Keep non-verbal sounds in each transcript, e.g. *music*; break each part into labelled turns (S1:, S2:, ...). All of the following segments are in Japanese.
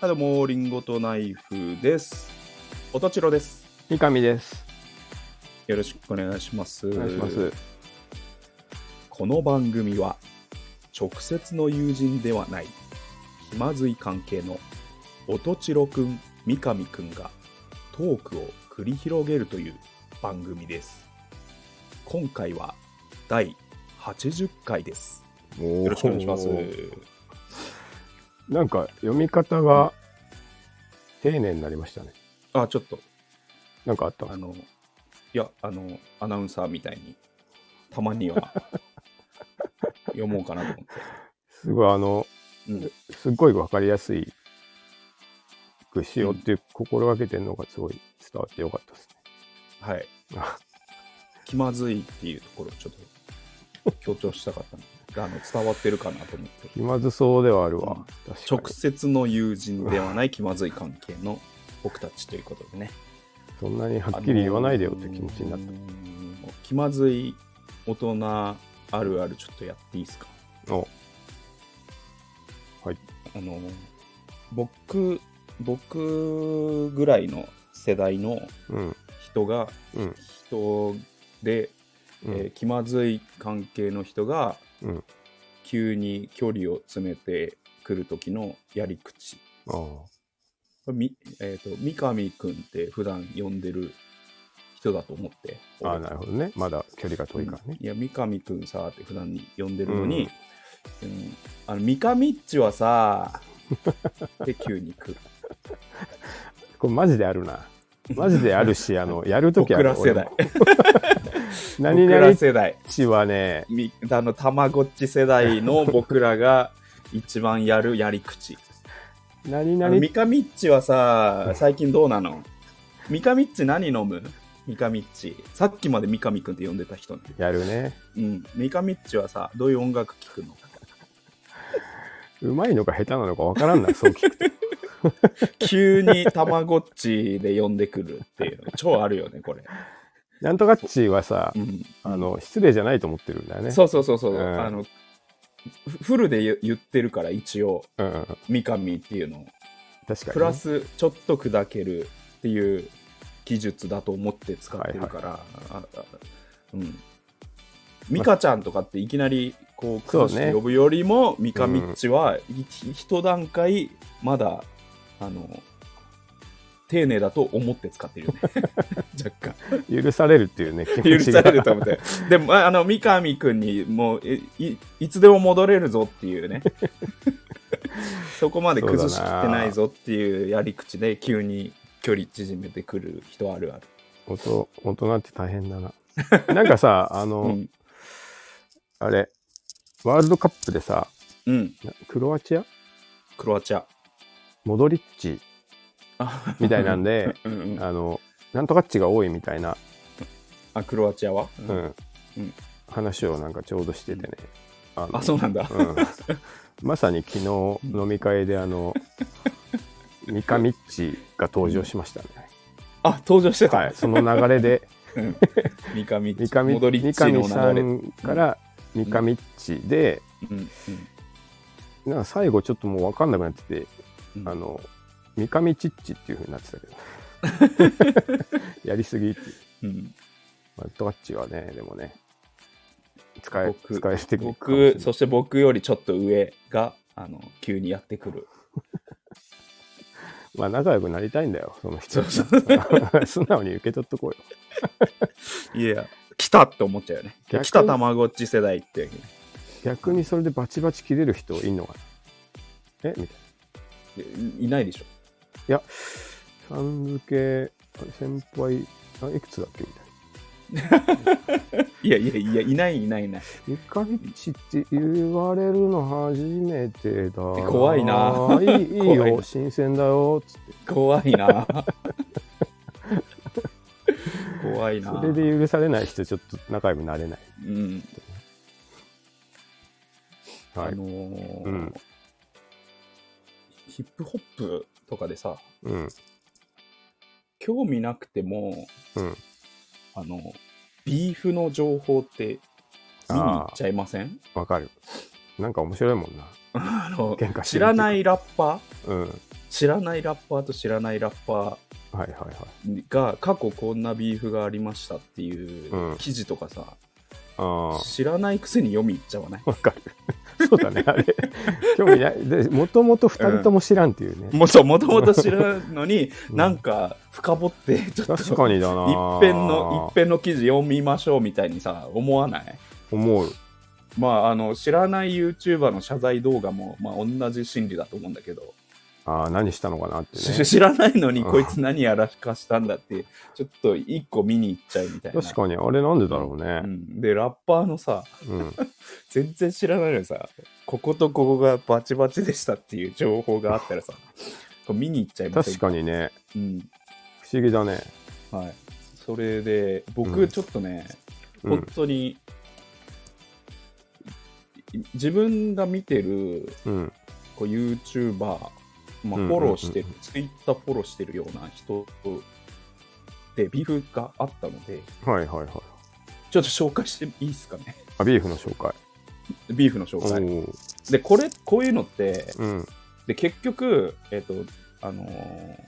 S1: はい、どうも、リンゴとナイフです。おとちろです。
S2: 三上です。
S1: よろしくお願いします。
S2: お願いします。
S1: この番組は、直接の友人ではない、気まずい関係の、おとちろくん、三上くんが、トークを繰り広げるという番組です。今回は、第80回です。よ
S3: よ
S1: ろしくお願いします。
S2: なんか読み方が丁寧になりましたね。
S1: あ、ちょっと、
S2: なんかあったんで
S1: あ
S2: すか
S1: の、いや、あの、アナウンサーみたいに、たまに
S2: *laughs*
S1: は読もうかなと思って。
S2: すごいあの、
S1: うん
S2: すっごいわかりやすいくしようって心がけてるのがすごい伝わってよかったです
S1: はい。
S2: ね。あ
S1: 気まずいっていうところをちょっと強調したかったので、あの伝わってるかなと思って。
S2: 気まずそうではあるわ。確
S1: 直
S2: かに。
S1: 接の友人ではない気まずい関係の僕たちということでね。
S2: そんなにはっきり言わないでよって気持ちになっ
S1: あのー気まずい大人あるあるちょっとやっていいですか
S2: た。お
S1: あの僕僕ぐらいの世代の
S2: うん。
S1: 人が
S2: うん。
S1: 人で、
S2: うん。
S1: えー気まずい関係の人が
S2: うん。
S1: 急に距離を詰めてくる時のやり口
S2: ああ。
S1: み、えー、と三上君って普段呼んでる人だと思って
S2: ああ、なるほどね。まだ距離が遠いからね。
S1: いや三上君さって普段に呼んでるの
S2: う
S1: に、うんあの三上っちはさ
S2: *laughs*
S1: って急に来る
S2: これマジであるな。マジであるし、あの、やるときは
S1: 僕ら世代。
S2: 何
S1: 僕
S2: 々
S1: ら
S2: っ
S1: 世代
S2: ちはね、
S1: みあのたまごっち世代の僕らが一番やるやり口
S2: 何
S1: あの
S2: 々
S1: 三上っちはさ最近どうなの三上っち何飲む三上っちさっきまで三上くんって呼んでた人ね
S2: やるね。
S1: うん三上っちはさどういう音楽聴くの
S2: うまいのか下手なのかわからんな、そう
S1: *laughs*
S2: 聞くと。
S1: 急にたまごっちで呼んでくるっていうの超あるよねこれ、
S2: なんとかっちはさ
S1: う、ん、
S2: あの、失礼じゃないと思ってるんだよね。
S1: そうそうそうそう、
S2: うん
S1: あのフフルで言言ってるから一応
S2: うんうんうん。
S1: 三上っていうのを
S2: 確かにね。
S1: プラスちょっと砕けるっていう技術だと思って使ってるから、ああうん。ミカちゃんとかっていきなりこう
S2: そう
S1: 崩
S2: ね
S1: して呼ぶよりも、ミカミッチは一一段階まだあの丁寧だと思って使ってるよ
S2: *laughs*
S1: ね若干
S2: 許されるってい
S1: *laughs*
S2: うね、 *laughs* 気持
S1: 許
S2: ち
S1: さ
S2: が。
S1: れると思って *laughs* でもああの三上君にもういいいつでも戻れるぞっていう
S2: *laughs*
S1: ねそこまで崩しきってないぞっていうやり口で急に距離縮めてくる人あるある、
S2: 大人大人って大
S1: *laughs*
S2: 変だな。なんかさ、あ
S1: う
S2: の、
S1: ん
S2: あれ、ワールドカップでさ、
S1: うん、
S2: なクロアチア
S1: クロアチア
S2: モドリッチ *laughs* みたいなんで、
S1: *laughs* うんうん
S2: あの、なんとかっちが多いみたいな、
S1: あクロアチアは、
S2: う
S1: うん
S2: ん
S1: うん
S2: 話をなんかちょうどしててね。あの
S1: あそうなんだ、
S2: うんまさに昨日飲み会で
S1: *laughs*
S2: あの三上っちが登場しましたね。
S1: あ登場してた、
S2: はい、その流れで
S1: うん三上っち
S2: *laughs* 三上
S1: 戻りっ
S2: 三
S1: ち
S2: 上
S1: の
S2: さ
S1: 流れ、うん
S2: んから三上っちで、
S1: うん
S2: なんか最後ちょっともう分かんなくなってて、
S1: うん
S2: あの三上ちっちっていうふうになってたけど
S1: *laughs*
S2: やりすぎっていう。
S1: うん、
S2: まあ、ドッチはねでもね使え
S1: 僕
S2: 使えてくるかもし
S1: 僕
S2: れない
S1: そして僕よりちょっと上があの急にやってくる
S2: まあ仲良くなりたいんだよその人
S1: そう
S2: *laughs* 素直に受け取っとこうよ。
S1: いや、来たって思っちゃうよね。
S2: 逆に
S1: 来たたまごっち世代って、
S2: 逆にそれでバチバチ切れる人いんのかなえみたい
S1: いいないでしょ。
S2: な。いや、さん付け、あれ先輩、あいくつだっけみたいな。
S1: いやいやいや、いないいないいない。
S2: 三上ちって言われるの初めてだ。
S1: 怖いない
S2: いいい
S1: 怖い
S2: よ、
S1: な
S2: 新鮮だよ、つって。
S1: 怖いな。
S2: *laughs*
S1: 怖いな。
S2: それで許されない人、ちょっと仲良くなれない。
S1: うん。
S2: は
S1: あ
S2: い。
S1: のー
S2: うん
S1: ヒップホップとかでさ、
S2: うん。
S1: 興味なくても、
S2: うん。
S1: あの、ビーフの情報って見に行っちゃいません
S2: わかる。なんか面白いもんな。
S1: あの
S2: 喧嘩してる
S1: 知らないラッパー
S2: うん。
S1: 知らないラッパーと知らないラッパ
S2: はいはいはい。
S1: ーが過去こんなビーフがありましたっていううん記事とかさ、 *laughs*
S2: あ
S1: 知らないくせに読み行っちゃわない
S2: あ、わかる。そうだね、あれ。興味ない。で、もともと二人と *laughs* も知らんっていうね。
S1: もともと知らんのに、
S2: うん
S1: なんか深掘って *laughs* ちょっと
S2: 確かにだな。
S1: 一辺の一辺の記事読みましょうみたいにさ思わない
S2: 思う。
S1: まああの知らない YouTuber の謝罪動画も、まあ、同じ心理だと思うんだけど、
S2: ああ、何したのかなって
S1: し
S2: ね。
S1: 知らないのに
S2: うん
S1: こいつ何やらかしたんだってちょっと一個見に行っちゃうみたいな
S2: 確かに、あれなんでだろうね。
S1: うん、でラッパーのさ
S2: うん。
S1: 全然知らないのにさこことここがバチバチでしたっていう情報があったらさこれ見に行っちゃいます
S2: 確かにね。
S1: に、うん
S2: 不思議だね。
S1: はい、それで
S2: う
S1: 僕
S2: ん
S1: ちょっとね、
S2: う
S1: 本
S2: ん。
S1: 当に、い自分が見てる
S2: うん。
S1: こう YouTuber、まあ、フ
S2: うんうん
S1: ォローしてる、Twitter フォローしてるような人でビーフがあったので、
S2: はいはいはい。
S1: ちょっと紹介していいですかね。
S2: あ、ビーフの紹介。
S1: ビーフの紹
S2: お
S1: 介。
S2: ー
S1: で、これ、こういうのって、
S2: うん。
S1: で結局、えっ、と、あのー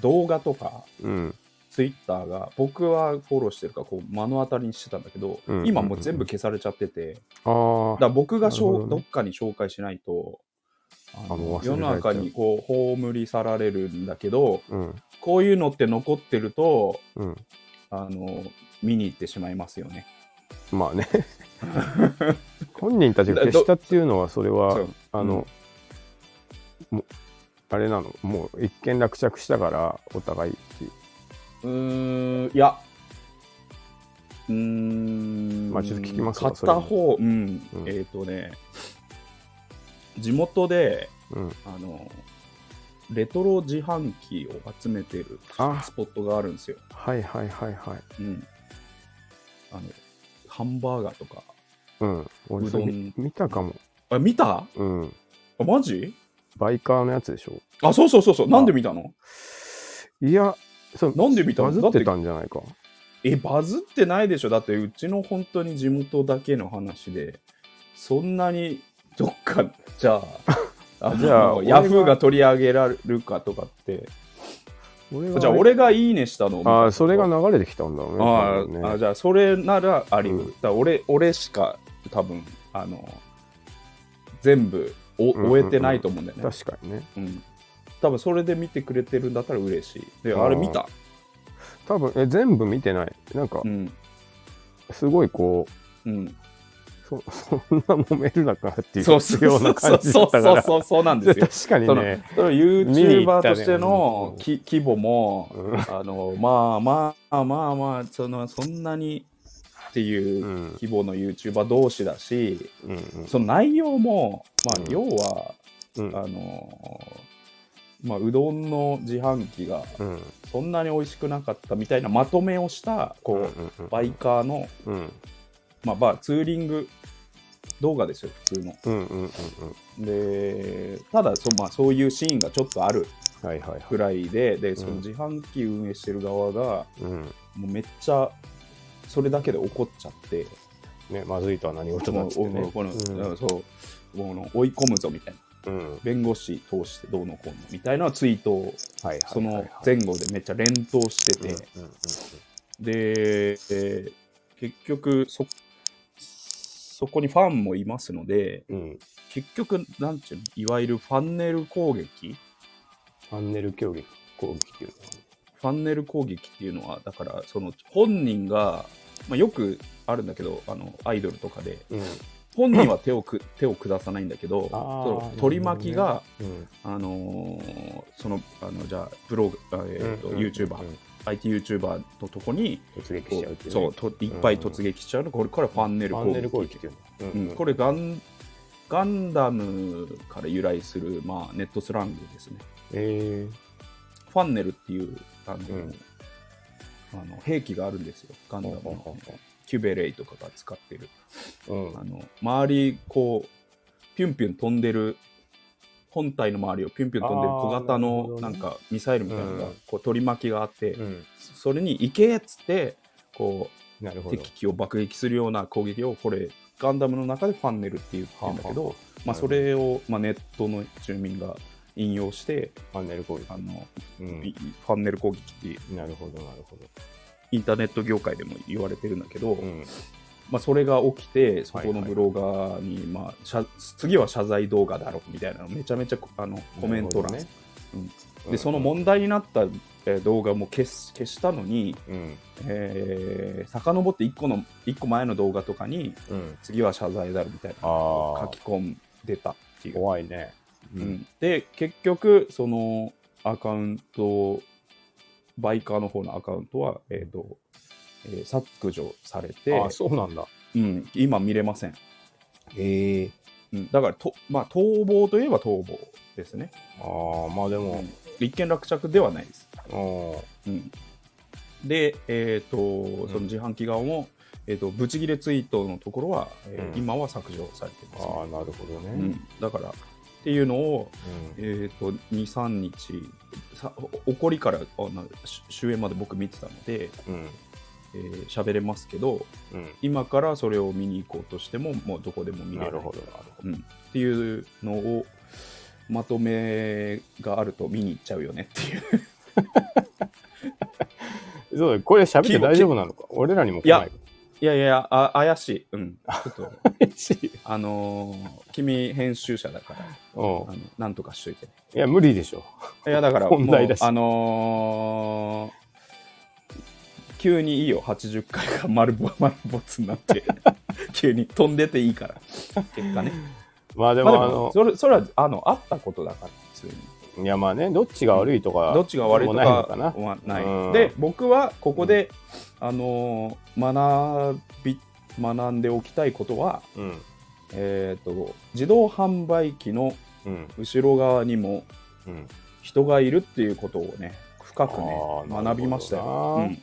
S1: 動画とか、
S2: うん。
S1: Twitter が、僕はフォローしてるから、こう、目の当たりにしてたんだけど、
S2: うんうんうん
S1: 今もう全部消されちゃってて、だ
S2: あ
S1: か
S2: あ。
S1: ら僕がしょう
S2: なるほど
S1: ど
S2: ね
S1: っかに紹介しないとあの
S2: あもう忘れられちゃ
S1: 世
S2: う
S1: の中にこう葬り去られるんだけど
S2: うん。
S1: こういうのって残ってると
S2: うん。
S1: あの見に行ってしまいますよね。
S2: まあね。本人たちが消したっていうのは、それ
S1: そ
S2: は
S1: う、
S2: あの、もうあれなの、もう一見落着したから、お互いっていう
S1: うーんいやうーん
S2: まあちょっと聞きますかそれ
S1: 片方うん、
S2: うん
S1: えっ、とね地元で
S2: うん。
S1: あのレトロ自販機を集めてる
S2: あ
S1: スポットがあるんですよ。
S2: はいはいはいは
S1: う
S2: い。
S1: ん、あのハンバーガーとか
S2: うん。俺それ
S1: う
S2: 見見たかも。
S1: あ見た
S2: うん。
S1: あマジ
S2: バイカーのやつでしょ。
S1: あそうそうそうそうなんで見たの
S2: いや、そう
S1: なんで見たの
S2: バズ
S1: だ
S2: っ
S1: って
S2: てたんじゃないか。
S1: えバズってないでしょだってうちの本当に地元だけの話でそんなにどっかじゃ
S2: *laughs*
S1: ああ
S2: じゃあ
S1: の
S2: 俺が
S1: ヤフーが取り上げられるかとかって
S2: 俺
S1: じゃあ俺が「いいね」したのを見た
S2: ああ、それが流れてきたんだろう
S1: あ
S2: ね。多
S1: ー、
S2: 分
S1: あ
S2: ね
S1: じゃあそれならあり得る、
S2: うん
S1: だから俺俺しか多分あの全部お
S2: うんうんうん
S1: 終えてないと思うんだよね、
S2: 確かにね。
S1: うん、多分それで見てくれてるんだったら嬉しいであれ見た
S2: 多分え、全部見てない。なんか
S1: う、ん
S2: すごいこう、
S1: うん
S2: そそんな揉めるなかっていう
S1: そうそう
S2: ような
S1: そ
S2: 感
S1: う
S2: じだ
S1: そう
S2: った
S1: そ
S2: か
S1: う
S2: ら。
S1: そうそうなんですよ。
S2: 確かにね。
S1: その
S2: 見に行
S1: YouTuber
S2: ったね
S1: としてのき規模も、
S2: うん
S1: あのまあまあまあまあそのそんなにっていううん規模の YouTuber 同士だし、
S2: うん
S1: その内容も、ま
S2: う
S1: あ、
S2: ん
S1: 要は、
S2: うん
S1: あのまあ、うどんの自販機が
S2: うんうん
S1: そんなに美味しくなかったみたいなまとめをしたこう、
S2: うんうん
S1: バイカーの、
S2: うん
S1: まあ、まあツーリング動画ですよ普通の。
S2: うんうんうん
S1: でただそ,、まあ、そういうシーンがちょっとある
S2: うんはいはいはい
S1: くらいでで
S2: ん
S1: その自販機運営してる側が
S2: うん
S1: もうめっちゃそれだけで怒っちゃって
S2: ねまずいとは何事だ
S1: も
S2: っ
S1: う
S2: つってね
S1: この
S2: うん
S1: そうもうの追い込むぞみたいな
S2: うんはい
S1: 弁護士通してどうのこうのみたいなツイートを
S2: はいはい
S1: その前後でめっちゃ連投してて、
S2: うんうんうん
S1: でえー結局そそこにファンもいますので
S2: うん
S1: 結局なんていうのいわゆるファンネル攻撃
S2: トンネル競技攻撃っていう
S1: ファンネル攻撃っていうのはだからその本人が、まあ、よくあるんだけどあのアイドルとかで
S2: のは
S1: 本人は手を
S2: *laughs*
S1: く手を下さないんだけどそ
S2: あ
S1: の
S2: ー
S1: 取り巻きが、
S2: うんうん
S1: あのーそのあのじゃあブログ、あえーと
S2: うん
S1: YouTuber、
S2: うん
S1: IT ユーチューバーのとこに
S2: 突撃
S1: こ
S2: し
S1: う
S2: ちゃうっていうね
S1: そうといっぱい突撃しちゃうの、これからファンネル
S2: ト
S1: 攻
S2: ン
S1: 撃
S2: ネル攻撃っていうの
S1: うんこれガンガンダムから由来する、まあ、ネットスラングですね
S2: え
S1: ファンネルっていうあの、
S2: うん
S1: あの兵器があるんですよガン
S2: え
S1: ダムのキュベレイとかが使ってる
S2: うん
S1: あの周りこうピュンピュン飛んでる本体の周りをピュンピュン飛んでる
S2: あー
S1: 小型
S2: なるほ
S1: の
S2: どね
S1: なんかミサイルみたいなのが
S2: うん
S1: こう取り巻きがあって、
S2: うん
S1: それに行けっつってこ
S2: なる
S1: う
S2: ほど
S1: 敵機を爆撃するような攻撃をこれガンダムの中でファンネルって言ってるんだけど、
S2: はあはあ
S1: まあ、それを、まあ、ネットの住民が引用して
S2: ファンネル攻撃
S1: あの、
S2: うん
S1: いファンネル攻撃って
S2: なるほどなるほど
S1: インターネット業界でも言われてるんだけど、
S2: うん
S1: まあ、それが起きてそこ
S2: はいは
S1: の
S2: い
S1: ブロガーに、まあ、謝次は謝罪動画だろうみたいなのめちゃめちゃあのコメント欄、
S2: なるほどねうん
S1: でその問題になった、えー動画も消す消したのに、
S2: うん
S1: えー、遡って1個の一個前の動画とかに
S2: うん
S1: 次は謝罪だろうみたいな
S2: ああ
S1: 書き込んでたっていう。
S2: 怖いねう
S1: うんで結局そのアカウントバイカーの方のアカウントは、えーとえー削除されて
S2: あそうなんだ
S1: うん、今見れません、
S2: ええ
S1: うん、だからと、まあ、逃亡といえば逃亡ですね、
S2: ああまあで
S1: う
S2: も
S1: ん、一見落着ではないです、
S2: うん
S1: うん、で、えー、と
S2: ん
S1: その自販機側も、えー、とブチギレツイートのところは、えー
S2: うん
S1: 今は削除されてます、
S2: ああなるほどね
S1: ねうん、だからっていうのを
S2: うん
S1: えー、と23日さ起こりからあのし終焉まで僕見てたので
S2: うん
S1: えー喋、れますけど
S2: うん
S1: 今からそれを見に行こうとしてももうどこでも見れ
S2: な
S1: る
S2: るほどなるほ
S1: うん、っていうのをまとめがあると見に行っちゃうよねっていう
S2: どそうだこれ喋って大丈夫なのか俺らにも来ない
S1: いやいやあ怪しい、うん、ちょっと
S2: 嬉しい
S1: あのー君編集者だから
S2: う
S1: あ
S2: ん
S1: のなんとかしといて
S2: いや無理でしょ
S1: いやだから
S2: 本題だし
S1: もうあのー急にいいよ80回が丸ぼ丸ぼつになって *laughs* 急に飛んでていいから結果ね
S2: まあで
S1: まあで
S2: も
S1: も
S2: あの
S1: それそれはあのあったことだから普通に
S2: いやまあねどっちが悪いとか
S1: どっちが悪いと
S2: もないの
S1: か
S2: かな
S1: はない
S2: うん
S1: で僕はここで、あのー学び学んでおきたいことは
S2: うん
S1: えっ、と自動販売機の
S2: うん
S1: 後ろ側にも
S2: うん
S1: 人がいるっていうことをね深くね
S2: あーなるほどな
S1: 学びましたよ、うん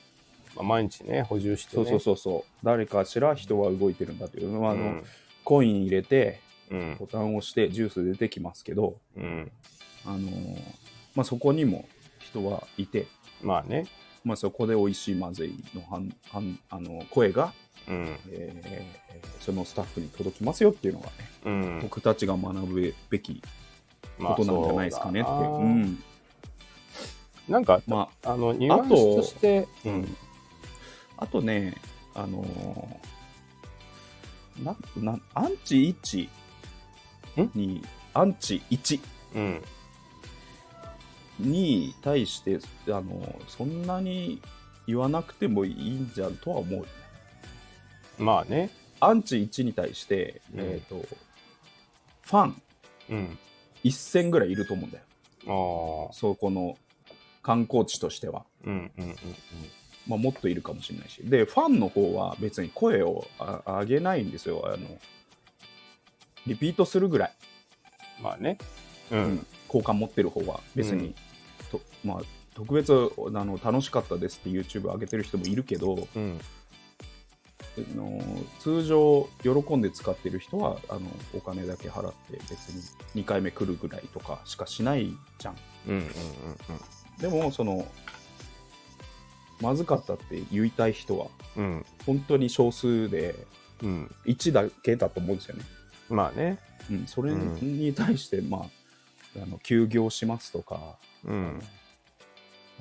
S2: まあ毎日ね補充して
S1: そ
S2: ね
S1: うそうそうそう誰かしら人は動いてるんだという、まああ
S2: う
S1: の
S2: ん
S1: コイン入れて
S2: うん
S1: ボタンを押してジュース出てきますけど、
S2: うん
S1: あのーまあ、そこにも人はいて、
S2: まあね
S1: まあ、そこで美味しいまずいのはんはんあの声が、
S2: うん
S1: えーそのスタッフに届きますよっていうのがね、
S2: うん
S1: 僕たちが学ぶべき
S2: ま
S1: こと
S2: あ
S1: なんじゃないですかねって、
S2: そうだ
S1: う、
S2: なんなんか
S1: ま
S2: あのニュアンスとして
S1: あ、うん、あとねあのーななアンチ1にアンチ1
S2: うん
S1: に対してあのそんなに言わなくてもいいんじゃんとは思うよね
S2: まあね
S1: アンチ1に対して、
S2: うん
S1: えー、とファン
S2: うん
S1: 1000ぐらいいると思うんだよ
S2: ああ
S1: そこの観光地としては、
S2: うんうんうん
S1: まあ、もっといるかもしれないしでファンの方は別に声をあ上げないんですよあのリピートするぐらい、
S2: まあねうん
S1: 好感持ってる方は別に、
S2: うん
S1: とまあ特別あの楽しかったですって YouTube 上げてる人もいるけど、
S2: うん
S1: あの通常喜んで使ってる人はあのお金だけ払って別に2回目来るぐらいとかしかしないじゃん
S2: うんうんうん
S1: でもそのまずかったって言いたい人は
S2: うん
S1: 本当に少数で
S2: うんうん
S1: 1だけだと思うんですよね、
S2: まあね
S1: うん、それ
S2: う
S1: に対して、まああの休業しますとか
S2: うん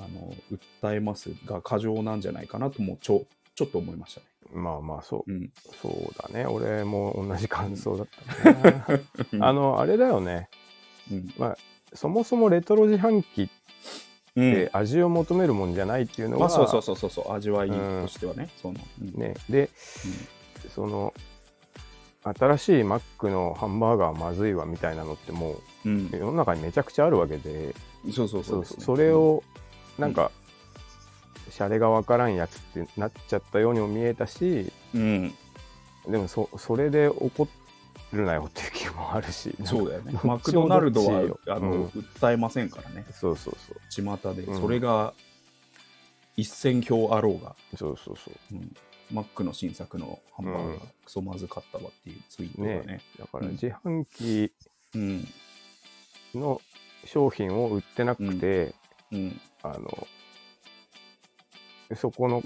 S1: あの訴えますが過剰なんじゃないかなともうちょちょっと思いましたね、
S2: まあまあそう
S1: うん、
S2: そうだね俺も同じ感想だったなあのあれだよね
S1: うん
S2: そもそもレトロ自販機っ
S1: うん
S2: て味を求めるもんじゃないっていうの
S1: ま
S2: が、
S1: あそうそうそうそうそう味わいとしてはね、その、うん
S2: ねで、その新しいマックのハンバーガーまずいわみたいなのっても
S1: うん
S2: う世の中にめちゃくちゃあるわけで
S1: そうそう
S2: そ
S1: そううですね、
S2: それをなんか、シャレがわからんやつってなっちゃったようにも見えたし
S1: うん、
S2: でもそそれで怒るなよっていう気もあるし
S1: そうだよ
S2: *laughs*
S1: ね
S2: どっち。も
S1: マクドナルドは
S2: どっちよ
S1: あの、
S2: うん
S1: 訴えませんからね、
S2: そうそうそう
S1: 巷で、
S2: うん
S1: それが1000票あろうが、
S2: そうそうそう
S1: うんマックの新作のハンバーガー、
S2: うん
S1: クソまずかったわっていうツイートがね、
S2: だから
S1: うん
S2: 自販機
S1: うん、
S2: の商品を売ってなくて、
S1: うん、
S2: あのそこの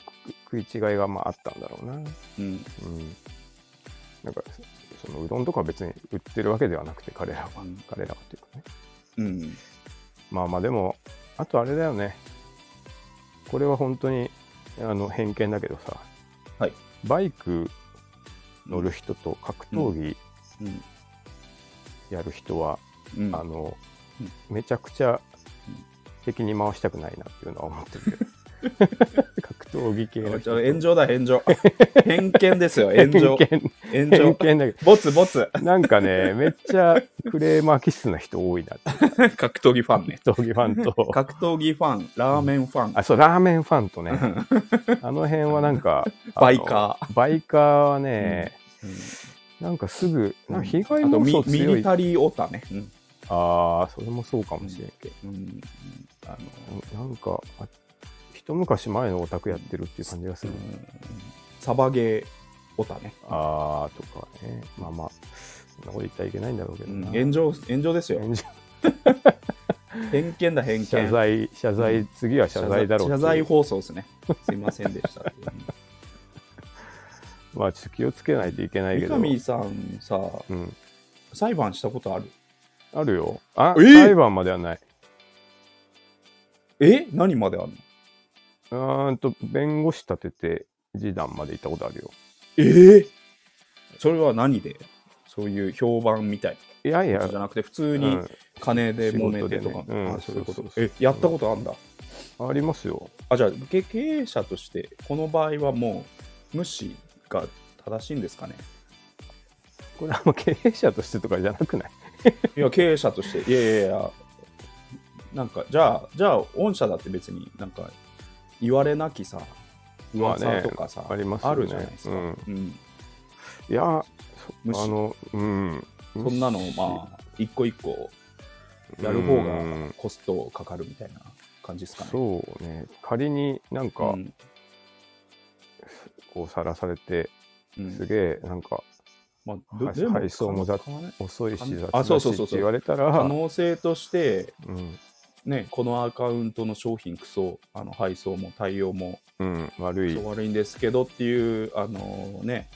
S2: 食食い違いがまああったんだろうな、うん、
S1: うん、
S2: なんかそそのうどんとかは別に売ってるわけではなくて彼らは
S1: うん
S2: 彼らはっていうかね
S1: うん、
S2: まあまあでもあとあれだよねこれは本当にあの偏見だけどさ、
S1: はい
S2: バイク乗る人と格闘技
S1: うん
S2: やる人は、
S1: うん
S2: あの、
S1: うん
S2: めちゃくちゃ敵に回したくないなっていうのは思ってる
S1: *laughs*
S2: けど格闘技系の
S1: ち
S2: 人
S1: ょ炎上だ
S2: *laughs*
S1: 炎上偏見ですよ炎上
S2: 偏見
S1: 炎
S2: 偏
S1: 上
S2: 見だけ
S1: ボツボツ *laughs*
S2: どなんかねめっちゃクレーマー気質な人多いなって
S1: 格闘技ファンね
S2: 格闘技ファンと
S1: 格闘技ファンラーメンファン
S2: あそうラーメンファンとね
S1: うん
S2: あの辺はなんか
S1: *laughs* バイカ
S2: ーバイカーはね、なんかすぐ、なんか被害
S1: あと
S2: 妄
S1: ミ
S2: 想
S1: ミ
S2: 強
S1: リ
S2: い。
S1: タリーオタね、うん
S2: ああ、それもそうかもしれんけど、
S1: うんあ
S2: なんか、あ一昔前のオタクやってるっていう感じがす
S1: の
S2: る。
S1: サバゲーオタね、
S2: ああ、とかね。まあまあ、そんなこと言ったらいけないんだろうけ
S1: う
S2: ど
S1: ん
S2: な。
S1: 炎上炎上ですよ
S2: 炎上
S1: 偏見だ偏見
S2: 謝罪、謝罪、次は謝罪だろうって
S1: 謝
S2: いう
S1: 罪放送ですねすいませんでしたっていう
S2: まあ、ちょっと気をつけないといけないけど。
S1: 三上さんさ
S2: うん。
S1: 裁判したことある
S2: あるよ。あ、
S1: えー
S2: 裁判まではない。
S1: え何まであるの
S2: うーんと、弁護士立てて、示談まで行ったことあるよ。
S1: ええそれは何でそういう評判みたい
S2: いやい
S1: な
S2: や
S1: やつじ、ゃなくて普通
S2: う
S1: に
S2: ん
S1: 金で揉めてと
S2: 仕
S1: か、
S2: 事でねうん
S1: あそういうこと
S2: そうそうそう
S1: えやったことあんだ
S2: ありますよ。
S1: あじゃあ経経営者としてこの場合はもう無視が正しいんですかね
S2: これはもう経営者としてとかじゃなくない
S1: いや経営者としていやいやいやなんかじゃあじゃあ御社だって別になんか言われなきさ
S2: まあね
S1: 噂とかさ、
S2: ありますよね
S1: あるじゃないですか、
S2: うん
S1: うん
S2: いや、
S1: 無視
S2: あの、うん。
S1: そんなのをまあ一個一個やる方
S2: う
S1: が
S2: ん
S1: コストかかるみたいな感じですかね。
S2: そうね。仮になんか、
S1: うん
S2: こう、さらされて、
S1: うん
S2: すげえ、なんか、
S1: まあど
S2: はい
S1: でも
S2: 配送も雑
S1: 可能
S2: 遅いし、雑
S1: あ
S2: だ
S1: そう
S2: し
S1: そう
S2: っ
S1: そうそう
S2: て言われた
S1: 可
S2: ら、
S1: 能性として、
S2: うん、
S1: ね、このアカウントの商品クソあの配送も対応も
S2: うん、悪
S1: ク
S2: い
S1: ソ、悪いんですけどっていうあの、ね、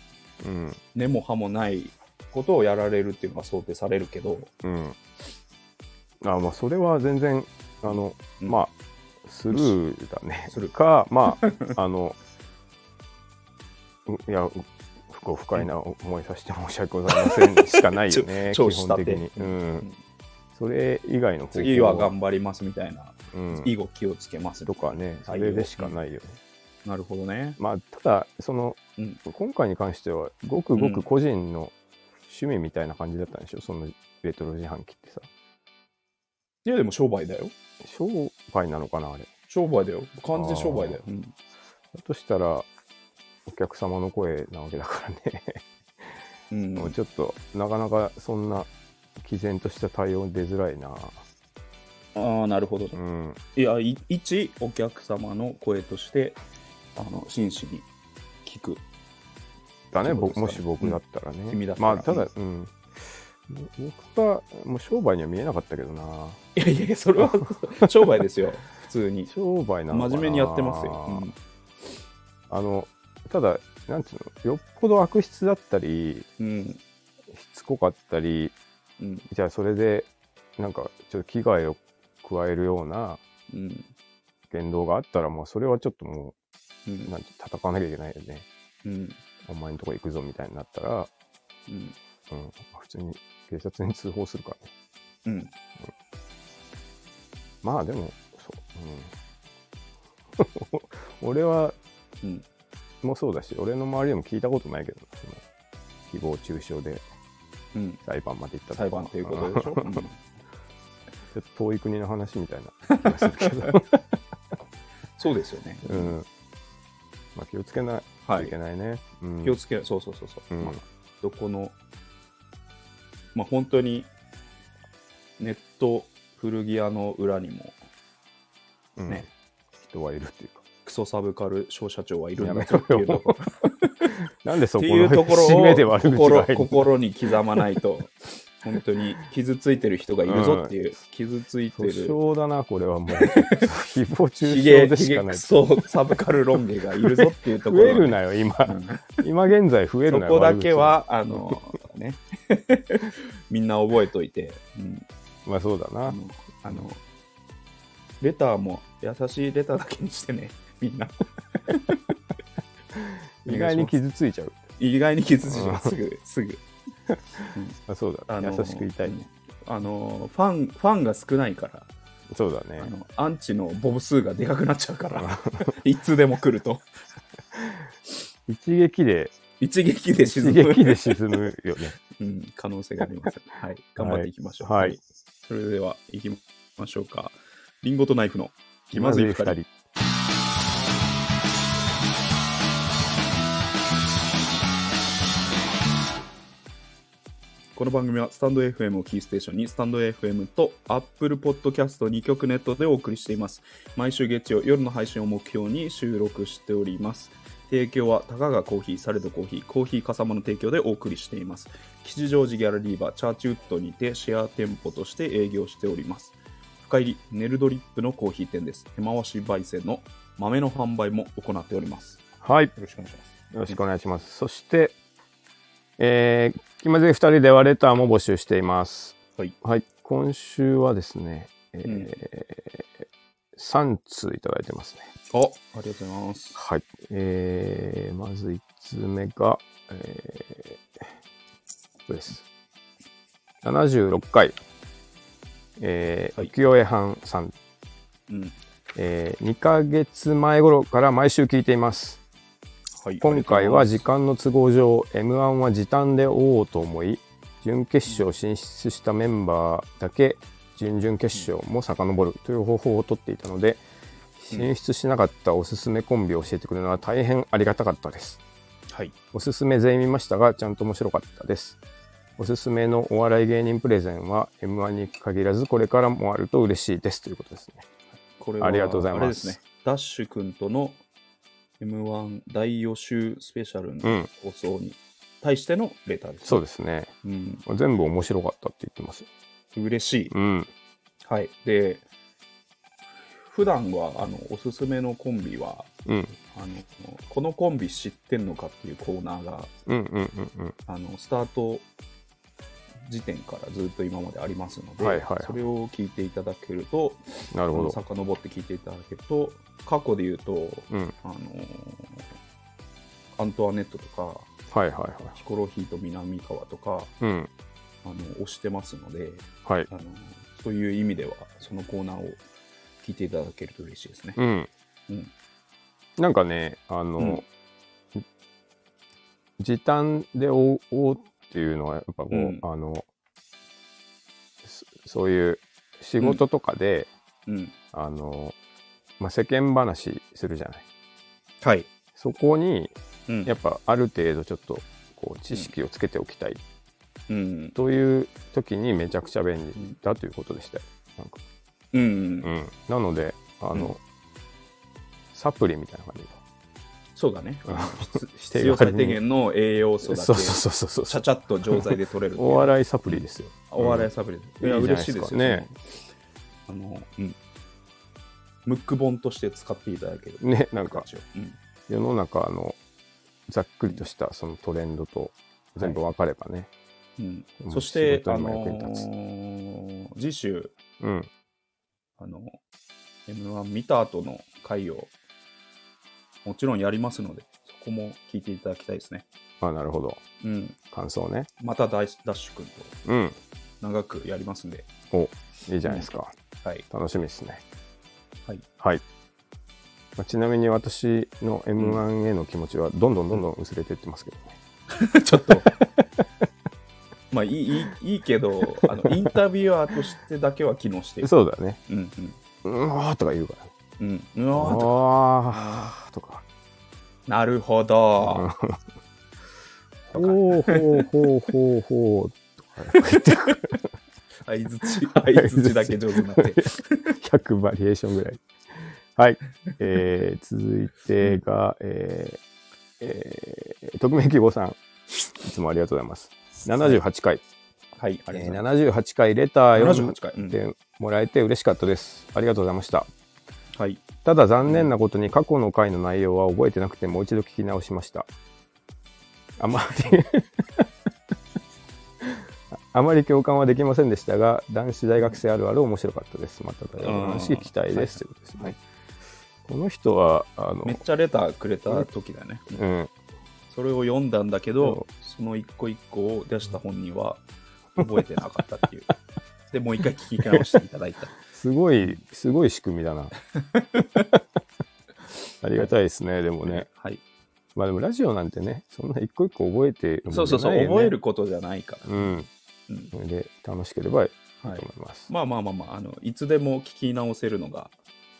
S2: うん、
S1: 根も葉もないことをやられるっていうのが想定されるけど、
S2: うん。あまあ、それは全然、あの、
S1: うん
S2: まあ、スルーだね。
S1: スルー、
S2: か、まあ、あ *laughs* の、ういや、う不幸不快な思いさせて申し訳ございませんしかないよね
S1: *laughs* 超
S2: 基
S1: 超
S2: 本的に。
S1: 下手
S2: うん。それ以外の方法
S1: 次は頑張りますみたいな、
S2: うん
S1: 以後気をつけます
S2: とかね、それでしかないよね。
S1: なるほどね。
S2: まあ、ただ、その、
S1: うん
S2: 今回に関しては、ごくごく個人の趣味みたいな感じだったんでしょ、そのレトロ自販機ってさ。
S1: いやでも商売だよ。
S2: 商売なのかな、あれ。
S1: 商売だよ。完全商売だよ。うん
S2: だとしたら、お客様の声なわけだからね、
S1: うん
S2: もうちょっとなかなかそんな毅然とした対応出づらいな。
S1: ああなるほど、
S2: うん。
S1: いやい一お客様の声としてあの真摯に聞く
S2: だね、
S1: そう
S2: ぼ
S1: ですかね
S2: もし僕だったらね。
S1: ん君だったら
S2: まあ、ただ、うん。僕はもう商売には見えなかったけどな。
S1: いやいやいやそれは *laughs* 商売ですよ普通に
S2: 商売 *laughs* なのか
S1: 真面
S2: な
S1: 目にやってますよ、
S2: あの、ただ、なんつうの、よっぽど悪質だったり、
S1: うんうん
S2: しつこかったり、
S1: うん
S2: じゃあそれで、なんか、ちょっと危害を加えるような
S1: うん
S2: 言動があったら、もうそれはちょっとも
S1: う
S2: う、
S1: ん
S2: なんて、叩かなきゃいけないよね。
S1: うん
S2: お前のとこ行くぞみたいになったら、
S1: うん
S2: うん、普通に警察に通報するからね。
S1: うん
S2: まあでも、そう。うん、 *laughs* 俺は、
S1: うん
S2: もそうだし、俺の周りでも聞いたことないけど、その誹謗中傷で
S1: うん
S2: 裁判まで行ったとか
S1: 裁判ということでしょ、
S2: うん
S1: うん
S2: ちょっと遠い国の話みたいな気がするけど、
S1: そうですよね、
S2: うんまあ、気をつけない
S1: は
S2: といけ
S1: い
S2: ないね。うん
S1: 気をつけそうそうそうそう、
S2: うん
S1: まあどこのまあ本当にネット古着屋の裏にも
S2: うん
S1: ね
S2: 人はいるっていうか。
S1: クソサブカル小社長はいるん
S2: や
S1: だ
S2: め
S1: ぞ *laughs*
S2: ろ
S1: っていうと
S2: よ
S1: こ。
S2: なんで *laughs* そ
S1: っ
S2: こ
S1: ていうところ
S2: 締めで
S1: を
S2: 悪口が
S1: 心
S2: 入る
S1: 心に刻まないと本当に傷ついてる人がいるぞっていう、傷ついて
S2: 訴
S1: る
S2: 訟だな、これはも *laughs* う。誹謗中
S1: ひ
S2: 傷
S1: げ
S2: で
S1: ひ
S2: し
S1: げ
S2: かな
S1: ク
S2: い。
S1: ソサブカルロン毛がいるぞっていうとこ
S2: 増
S1: ろ
S2: えるなよ、今。 *laughs* 今現在増え
S1: そ
S2: るなよ。
S1: こだけはあのね *laughs* みんな覚えといて、うん
S2: 悪口。まあそうだ
S1: あ
S2: な。
S1: のあのレターも優しいレターだけにしてね、 *laughs* みんな。
S2: 意外に傷ついちゃう。
S1: 意外に傷ついちゃう。すぐ、すぐ。
S2: あそうだ、
S1: あの
S2: 優しく言いたい、
S1: うんあの、ファン、ファンが少ないから、
S2: そうだ
S1: あ
S2: ね。
S1: のアンチのボブ数がでかくなっちゃうから、 *laughs* いつでも来ると。
S2: 一撃で、
S1: 一撃で
S2: 一
S1: 沈む。
S2: 撃で沈むよ *laughs* ね。
S1: *laughs* うん、可能性があります。はい。頑張っていきましょう。
S2: はい
S1: それでは、いきましょうか。リンゴとナイフの気まずい二人。。この番組はスタンド FM をキーステーションにスタンド FM と Apple Podcast2 曲ネットでお送りしています。毎週月曜夜の配信を目標に収録しております。提供はたかがコーヒー、サレドコーヒー、コーヒーかさまの提供でお送りしています。吉祥寺ギャラリーバーチャーチウッドにてシェア店舗として営業しております。深入りネルドリップのコーヒー店です。手回し焙煎の豆の販売も行っております。
S2: はい。よ
S1: よろしくお願いします。
S2: ろしくお願いします。そして、えー、気まずい二人ではレターも募集しています。
S1: はい。
S2: はい。今週はですね、えー3通いただいてますね。
S1: あ、ありがとうございます。
S2: はい。えー、まず1つ目が、えー、これです。76回、えー
S1: はい
S2: 浮世絵藩さん、
S1: うん。
S2: えー、2ヶ月前頃から毎週聞いています。
S1: はい。
S2: 今回は
S1: あり
S2: 時間の都合上、M1 は時短で追おうと思い、準決勝進出したメンバーだけ、準々決勝も遡るという方法をとっていたので、
S1: うん
S2: 進出しなかったおすすめコンビを教えてくれるのは大変ありがたかったです。
S1: がとうございますはい。
S2: おすすめ全員見ましたが、ちゃんと面白かったです。おすすめのお笑い芸人プレゼンは M1 に限らずこれからもあると嬉しいですということですね。
S1: これ
S2: ありがとうございま
S1: あ
S2: す
S1: れですね。ダッシュ君との M1 大予習スペシャル
S2: う
S1: の
S2: ん、
S1: 放送に対してのレターです、。
S2: そうですすね。
S1: うん。
S2: 全部面白かったって言ってます。
S1: 嬉しい。
S2: うん。
S1: はい。で、普段は、あの、おすすめのコンビは、
S2: うん。
S1: あの、このコンビ知ってんのかっていうコーナーが、
S2: うんうんうん
S1: あの、スタート時点からずっと今までありますので、
S2: はいはいはい
S1: それを聞いていただけると、
S2: うん。なるほど。
S1: 遡って聞いていただけると、過去で言うと、
S2: うん。
S1: あのーアントワネットとか、
S2: はいはいは
S1: ヒコロヒーと南川とか、
S2: い。うん。
S1: あの推してますので、
S2: はい。
S1: あのーそういう意味では、そのコーナーを聞いていただけると嬉しいですね。
S2: うん。
S1: うん
S2: なんかね、あの、時短で追おうっていうのは、やっぱこう、
S1: うん
S2: あの、そそういう仕事とかで、
S1: うん。
S2: あの、まあ、世間話するじゃない
S1: はい。
S2: そこに
S1: うん。
S2: やっぱある程度ちょっとこう知識をつけておきたい
S1: うん。
S2: という時にめちゃくちゃ便利だということでしたよなんか、
S1: うん。
S2: うん、なのであの、
S1: うん
S2: サプリみたいな感じ
S1: そうだね。
S2: うん
S1: あの必
S2: *laughs*
S1: 必要最低限の栄養素
S2: で
S1: だ
S2: そ
S1: け、
S2: う
S1: ち
S2: そうそうそうそ
S1: ゃ
S2: う
S1: ちゃっと錠剤で取れるっていう。
S2: お笑いサプリですよ、
S1: お笑いサプリ。いや、
S2: いいじ
S1: 嬉
S2: ゃない
S1: しい
S2: です
S1: で
S2: か
S1: すよ
S2: ね。
S1: そのあの、うん。ムック本として使っていただける。
S2: ねなんか
S1: 形をうん。
S2: 世の中のざっくりとしたそのトレンドと全部分かればね、
S1: うん
S2: うん
S1: そして
S2: 仕、
S1: あ
S2: 事にも
S1: の
S2: 役に立つ
S1: ー次週、
S2: うん
S1: あの、M1 見た後の回を、もちろんやりますので、そこも聞いていただきたいですね。
S2: まあなるほど
S1: うん。
S2: 感想ね
S1: またダイスダッシュ君と
S2: うん
S1: 長くやりますんで、
S2: おいいじゃないですか、 *laughs*
S1: はい。
S2: 楽しみですね
S1: はい
S2: まあちなみに私の m 1への気持ちはどんどんどんどん薄れていってますけどね、
S1: ちょっと。まあいいいいいいけどあ
S2: *laughs*
S1: の、インタビュアーとしてだけは機能している。
S2: そうだね
S1: うん
S2: うんわーとか言うからね
S1: うん。うん。うわー
S2: あーとか
S1: なるほ *laughs* ど。
S2: うんほうほうほうほうほうとか言って
S1: 相づ
S2: *laughs*
S1: ち、相づちだけ上手になって。
S2: 100バリエーションぐらいはい、えー、続いてが、えーえー、匿名希望さんいつもありがとうございます78回、
S1: はい、ありが
S2: え
S1: とうござい
S2: ー、78回レター
S1: ま
S2: 読
S1: す。
S2: む
S1: 78回。う
S2: っ
S1: ん、
S2: てもらえて嬉しかったです。ありがとうございました。
S1: はい。
S2: ただ残念なことに過去の回の内容は覚えてなくてもう一度聞き *laughs* 直しました。あまりああまり共感はできませんでしたが、男子大学生あるある面白かったです。また大学の話聞きたいです。ということですね。
S1: はい
S2: この人は、あの
S1: めっ、ちゃレターくれた時だね、
S2: うん、
S1: それを読んだんだけど、その一個一個を出した本人は覚えてなかった
S2: *laughs*
S1: っていうでもう一回聞き直していただいた
S2: すごい、すごい仕組み
S1: *laughs*
S2: だな。ありがたいですね、でもね。
S1: はい
S2: まあでもラジオなんてね、そんな一個一個覚えてるもんじ
S1: そ
S2: ゃないよね
S1: うそうそう、覚える。ことじゃないから、
S2: うん。
S1: うん
S2: それで、楽しければいいと
S1: はい
S2: 思います。
S1: まあまあまあまああのいつでも聞き直せるのが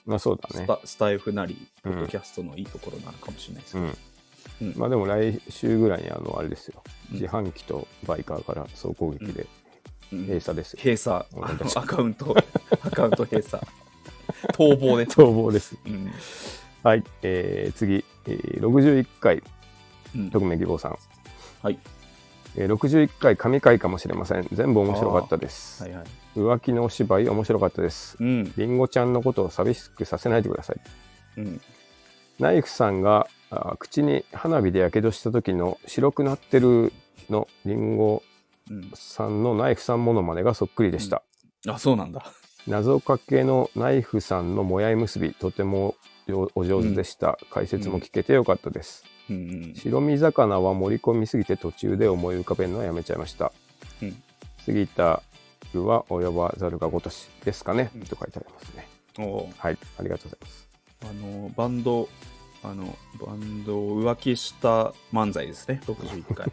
S2: まあそうだ
S1: ス
S2: ね
S1: タ,、。スタイフなり
S2: うん
S1: ポッドキャストのいいところなのかもしれないです
S2: う
S1: けど、
S2: ん。
S1: うん
S2: まあでも来週ぐらいに、あの、あれですよ。
S1: うん
S2: 自販機とバイカーから総攻撃で
S1: うん
S2: 閉鎖ですよ。
S1: 閉鎖
S2: 俺たち
S1: *laughs* アカウントアカウント閉
S2: *laughs*
S1: 鎖逃亡で、
S2: 逃亡です。
S1: うん
S2: はい、えー次、えー、61回、
S1: うん
S2: 匿名希望さん、
S1: はい
S2: えー、61回、神回かもしれません。全部面白かったです。
S1: はいはい
S2: 浮気のお芝居、面白かったです。
S1: うん
S2: りんごちゃんのことを寂しくさせないでください。
S1: うん
S2: ナイフさんがあー口に花火でやけどした時の白くなってるのりんご
S1: うん
S2: さんのナイフさんモノマネがそっくりでした。
S1: あそうなんだ
S2: 謎かけのナイフさんのもやい結び、とてもお上手でした。解説も聞けてよかったです。
S1: うんうん
S2: 白身魚は盛り込みすぎて途中で思い浮かべるのはやめちゃいました、
S1: うん
S2: 過ぎたるは及ばざるがごとしですかね、
S1: うん
S2: と書いてありますね
S1: おー
S2: はいありがとうございます
S1: あのバンドあのバンドを浮気した漫才ですね61回 *laughs*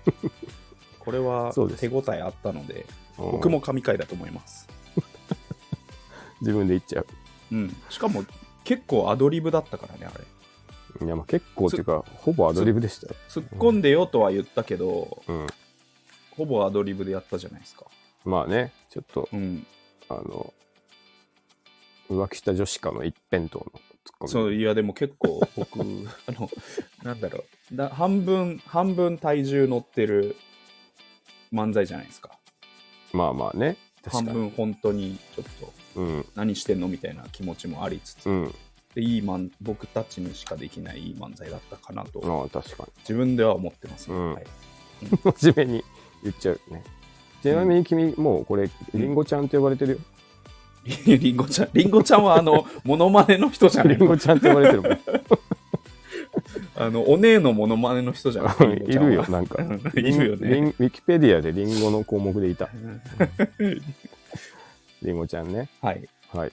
S1: これは
S2: そうです
S1: 手応えあったので
S2: うん
S1: 僕も神回だと思います、
S2: 自分で言っちゃ
S1: うん、しかも結構アドリブだったからねあれ
S2: ういやまあ結構っていうかほぼアドリブでしたよ、
S1: 突っ込んでよとは言ったけど、
S2: うん、
S1: ほぼアドリブでやったじゃないですか
S2: まあねちょっと
S1: うん
S2: あの浮気した女子かの一辺倒のツッコミ
S1: そういやでも結構僕 *laughs* あのなんだろうだ半分半分体重乗ってる漫才じゃないですか
S2: まあまあね
S1: 半
S2: 確かに
S1: 分本当にちょっと
S2: うん
S1: 何してんのみたいな気持ちもありつつ、
S2: うん
S1: でいい漫僕たちにしかできないいい漫才だったかなと、
S2: ああ確かに
S1: 自分では思ってますね、
S2: うん
S1: はい、
S2: 真面目に言っちゃうねちなみに君、もうこれりんごちゃんって呼ばれてるよ
S1: リンゴちゃんリンゴちゃんはあのモノマネの人じゃな
S2: り
S1: い
S2: んごちゃんって呼ばれてるもん
S1: あのお姉のモノマネの人じゃない
S2: *laughs* いるよ、なんか。
S1: *laughs* いるよね
S2: リンウィキペディアでリンゴの項目
S1: *laughs*
S2: でいた。
S1: うん
S2: リンゴちゃんね。
S1: はい
S2: はい。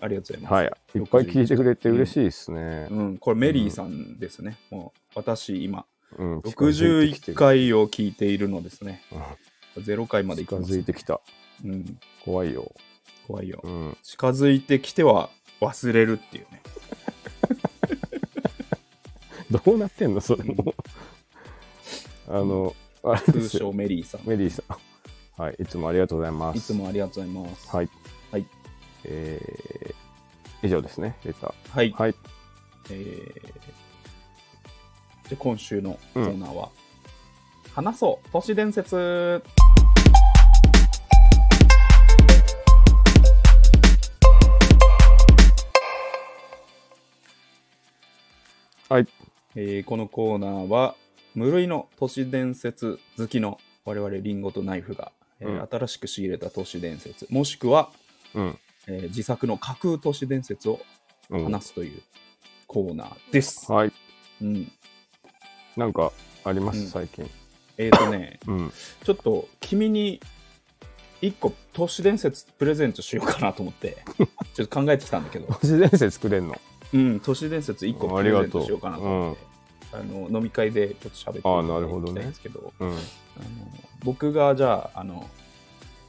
S1: ありがとうございます、
S2: はい。いっぱい聞いてくれて嬉しいですね。
S1: うん、これメリーさんですね、もう私今
S2: うん。
S1: 61回を聞いているのですね
S2: うん
S1: 0回まで行
S2: 近
S1: きます、
S2: づいてきた。
S1: うん、
S2: 怖いよ。
S1: 怖いよ
S2: うん。
S1: 近づいてきては忘れるっていうね
S2: どうなってんの、それも。あの、あれで
S1: 通
S2: す
S1: 称
S2: よ。
S1: メリーさん
S2: メリーさん。はい。いつもありがとうございま
S1: い
S2: す
S1: つ。もありがとうございます。
S2: はい。
S1: はい。
S2: えー以上ですね、レター。
S1: はい。
S2: はい。
S1: えーじゃあ今週のコーナーは、話そう都市伝説
S2: はい。
S1: えーこのコーナーは無類の都市伝説好きの我々リンゴとナイフが、えー
S2: うん
S1: 新しく仕入れた都市伝説もしくは、
S2: うん。
S1: えー自作の架空都市伝説を
S2: うん
S1: 話すというコーナーです。
S2: はい。
S1: うん、
S2: なんか、ありま
S1: うん
S2: す、最近。
S1: えっ、ー、とね
S2: うん。
S1: ちょっと君に一個都市伝説プレゼントしようかなと思って
S2: *laughs*
S1: ちょっと考えてきたんだけど、
S2: 都市伝説作れんの
S1: うん、都市伝説一個
S2: あ
S1: プ
S2: り
S1: レ
S2: が
S1: ゼ
S2: と
S1: ン
S2: う
S1: トしようかなと思って。あの飲み会でちょっと喋ってい
S2: あーなるほど
S1: ただき
S2: ね
S1: たいんですけど
S2: うん。
S1: あの僕がじゃああの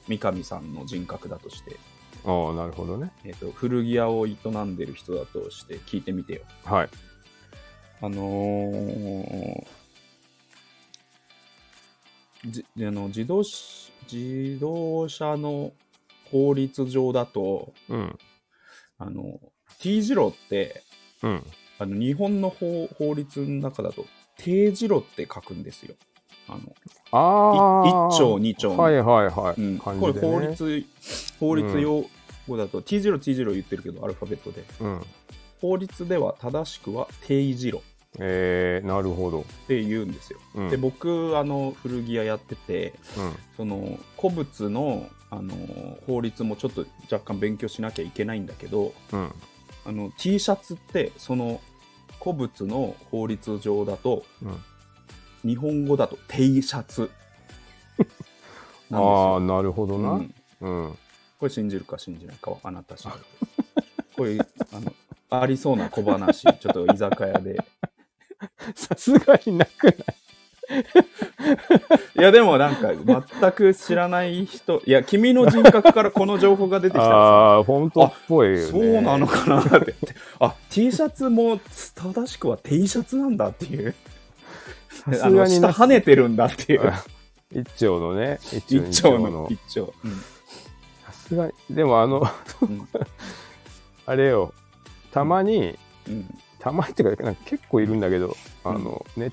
S1: 三上さんの人格だとして、
S2: ああ、なるほどね。
S1: えー、と古着屋を営んでる人だとして聞いてみてよ。
S2: はい。
S1: あのーじあの自動し自動車の法律上だと
S2: うん。
S1: あの T 字路って
S2: うん。
S1: あの日本の法法律の中だと定字路って書くんですよ。あの
S2: ああ。
S1: い一丁二丁
S2: はいはいはい。
S1: うん、
S2: 漢
S1: こ
S2: 字
S1: れ
S2: でね
S1: 法律法律用語だと T 字路 T 字路言ってるけどアルファベットで
S2: うん。
S1: 法律では正しくは定位字路
S2: えー、なるほど。
S1: て言うんですよ。
S2: うん、
S1: で僕あの古着屋やってて
S2: うん、
S1: その古物のあの法律もちょっと若干勉強しなきゃいけないんだけど
S2: うん、
S1: あの T シャツってその古物の法律上だと
S2: うん。
S1: 日本語だと T シャ
S2: *laughs*
S1: ツなんです
S2: あ
S1: よ
S2: あ、なるほど
S1: う。
S2: なんうん。
S1: これ信じるか信じないかはあなた次第ですこういうあのありそうな小話ちょっと居酒屋で
S2: さすがになくない。
S1: いやでもなんか全く知らない人いや君の人格からこの情報が出てきたんですよ
S2: ああ、フォントっぽいよね。
S1: そうなのかなってあ T シャツも正しくは T シャツなんだっていう
S2: さす
S1: あ
S2: が
S1: の
S2: に
S1: 下
S2: な。
S1: 跳ねてるんだっていう
S2: あ *laughs* 一丁のね。一丁
S1: 一丁の一丁、
S2: さすがに。でもあの、
S1: うん
S2: あれよ、たまに、
S1: うん
S2: たまにっていうか、なんか結構いるんだけど、あの、ネッ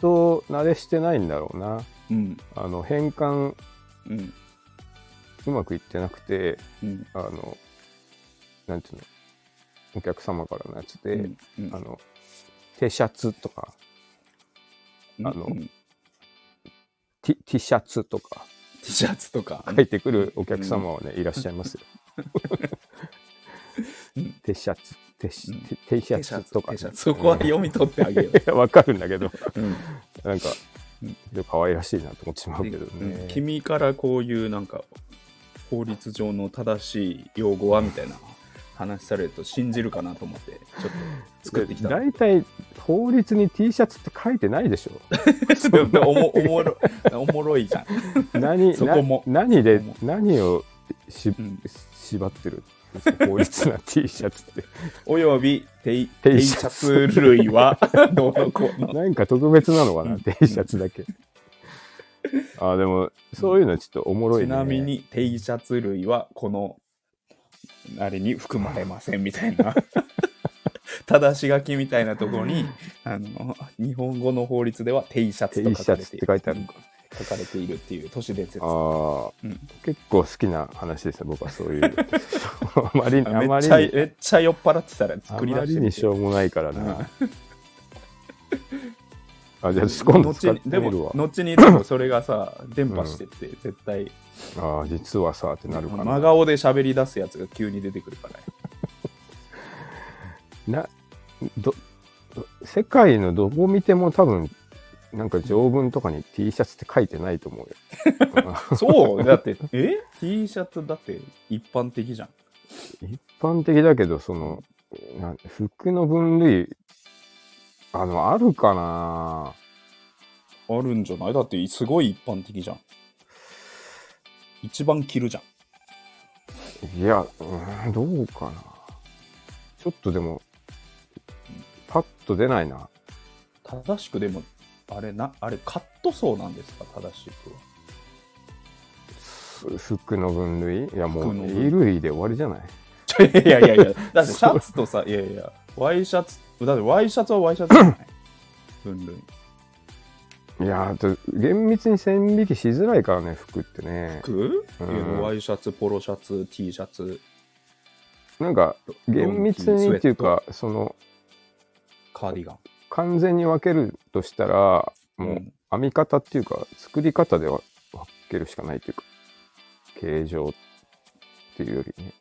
S2: ト慣れしてないんだろうな。
S1: うん
S2: あの、変換
S1: うん
S2: うまくいってなくて、
S1: うん
S2: あの、なんていうの、お客様からのやつで、
S1: うんうん
S2: あの、手シャツとか、あの
S1: うん
S2: T, T シャツとか
S1: T シャツとか、
S2: 書いてくるお客様はね、いらっしゃいますよ
S1: うん。
S2: T シャツ、T シ
S1: うん
S2: 手シャ
S1: T シャ
S2: ツ
S1: ツ
S2: とか、
S1: T シャツそこは読み取ってあげよ
S2: うんいや *laughs* わかるんだけど、
S1: う、うん
S2: なんか
S1: うん、
S2: でも可愛らしいなと思ってしまうけど
S1: うん
S2: ね。
S1: 君からこういうなんか法律上の正しい用語はみたいな話されると信じるかなと思ってちょっと作ってきた
S2: だいたい法律に T シャツって書いてない
S1: *laughs*
S2: でしょ。
S1: でもおもおもろおもろいじゃん、
S2: 何
S1: そこも
S2: な何で
S1: そこも
S2: 何をし
S1: うん
S2: 縛ってる法律な T シャツ
S1: *laughs*
S2: って
S1: およびテイ
S2: テ
S1: テ
S2: イ
S1: イ
S2: シ
S1: シ
S2: ャ
S1: ャ
S2: ツ
S1: ツ類はどうのこうの。
S2: なんか特別なのか
S1: う
S2: な、
S1: ん
S2: T シャツだけ。あーでも、そういうのちょっとおもろいね。
S1: ちなみにテイシャツ類はこのあれに含まれませんみたいな。 *laughs* ただし書きみたいなところにあの日本語の法律ではテイシャツと書かれている
S2: テイシャツって書いてあるのか
S1: 書かれているっていう都市伝説
S2: あー
S1: うん
S2: 結構好きな話ですね、僕はそう
S1: *laughs*
S2: いう。あまりに、あ
S1: め
S2: ま
S1: っ
S2: り
S1: ちゃ
S2: に、
S1: めっちゃ酔っ払ってたら
S2: あ
S1: 作り
S2: ま
S1: 出し
S2: り
S1: て
S2: に
S1: み
S2: しょ
S1: て
S2: うもないからな。 *laughs* あ、じゃあ、今度
S1: 後
S2: 使っ
S1: に
S2: て
S1: で
S2: みるわ
S1: も。後にでもそれがさ伝播してって絶対
S2: あー実はさ、ってなるかな。
S1: 真顔で喋り出すやつが急に出てくるから
S2: など世界のどこ見ても多分なんか条文とかに T シャツって書いてないと思うよ。
S1: そうだってえ T シャツだって一般的じゃん
S2: 一般的だけどそのなん服の分類あのあるかな
S1: あるんじゃないだってすごい一般的じゃん一番着るじゃん
S2: いやうーんどうかなちょっとでもパッと出ないな
S1: 正しくでもあれなあれカット層なんですか正しくは
S2: ふ服の分類いやもう
S1: 服の分類
S2: 衣類で終わりじゃない
S1: ちょ *laughs* いやいやいやだってシャツとさいやいやワイシャツだってワイシャツはワイシャツじ *laughs* ゃない分類
S2: いやーと厳密に線引きしづらいからね服ってね
S1: 服
S2: うん
S1: いやワイシャツポロシャツ T シャツ
S2: なんか厳密にっていう
S1: ロン
S2: かその
S1: カーディガン
S2: 完全に分けるとしたら
S1: う
S2: もうん編み方っていうか作り方では分けるしかないというか形状っていうよりね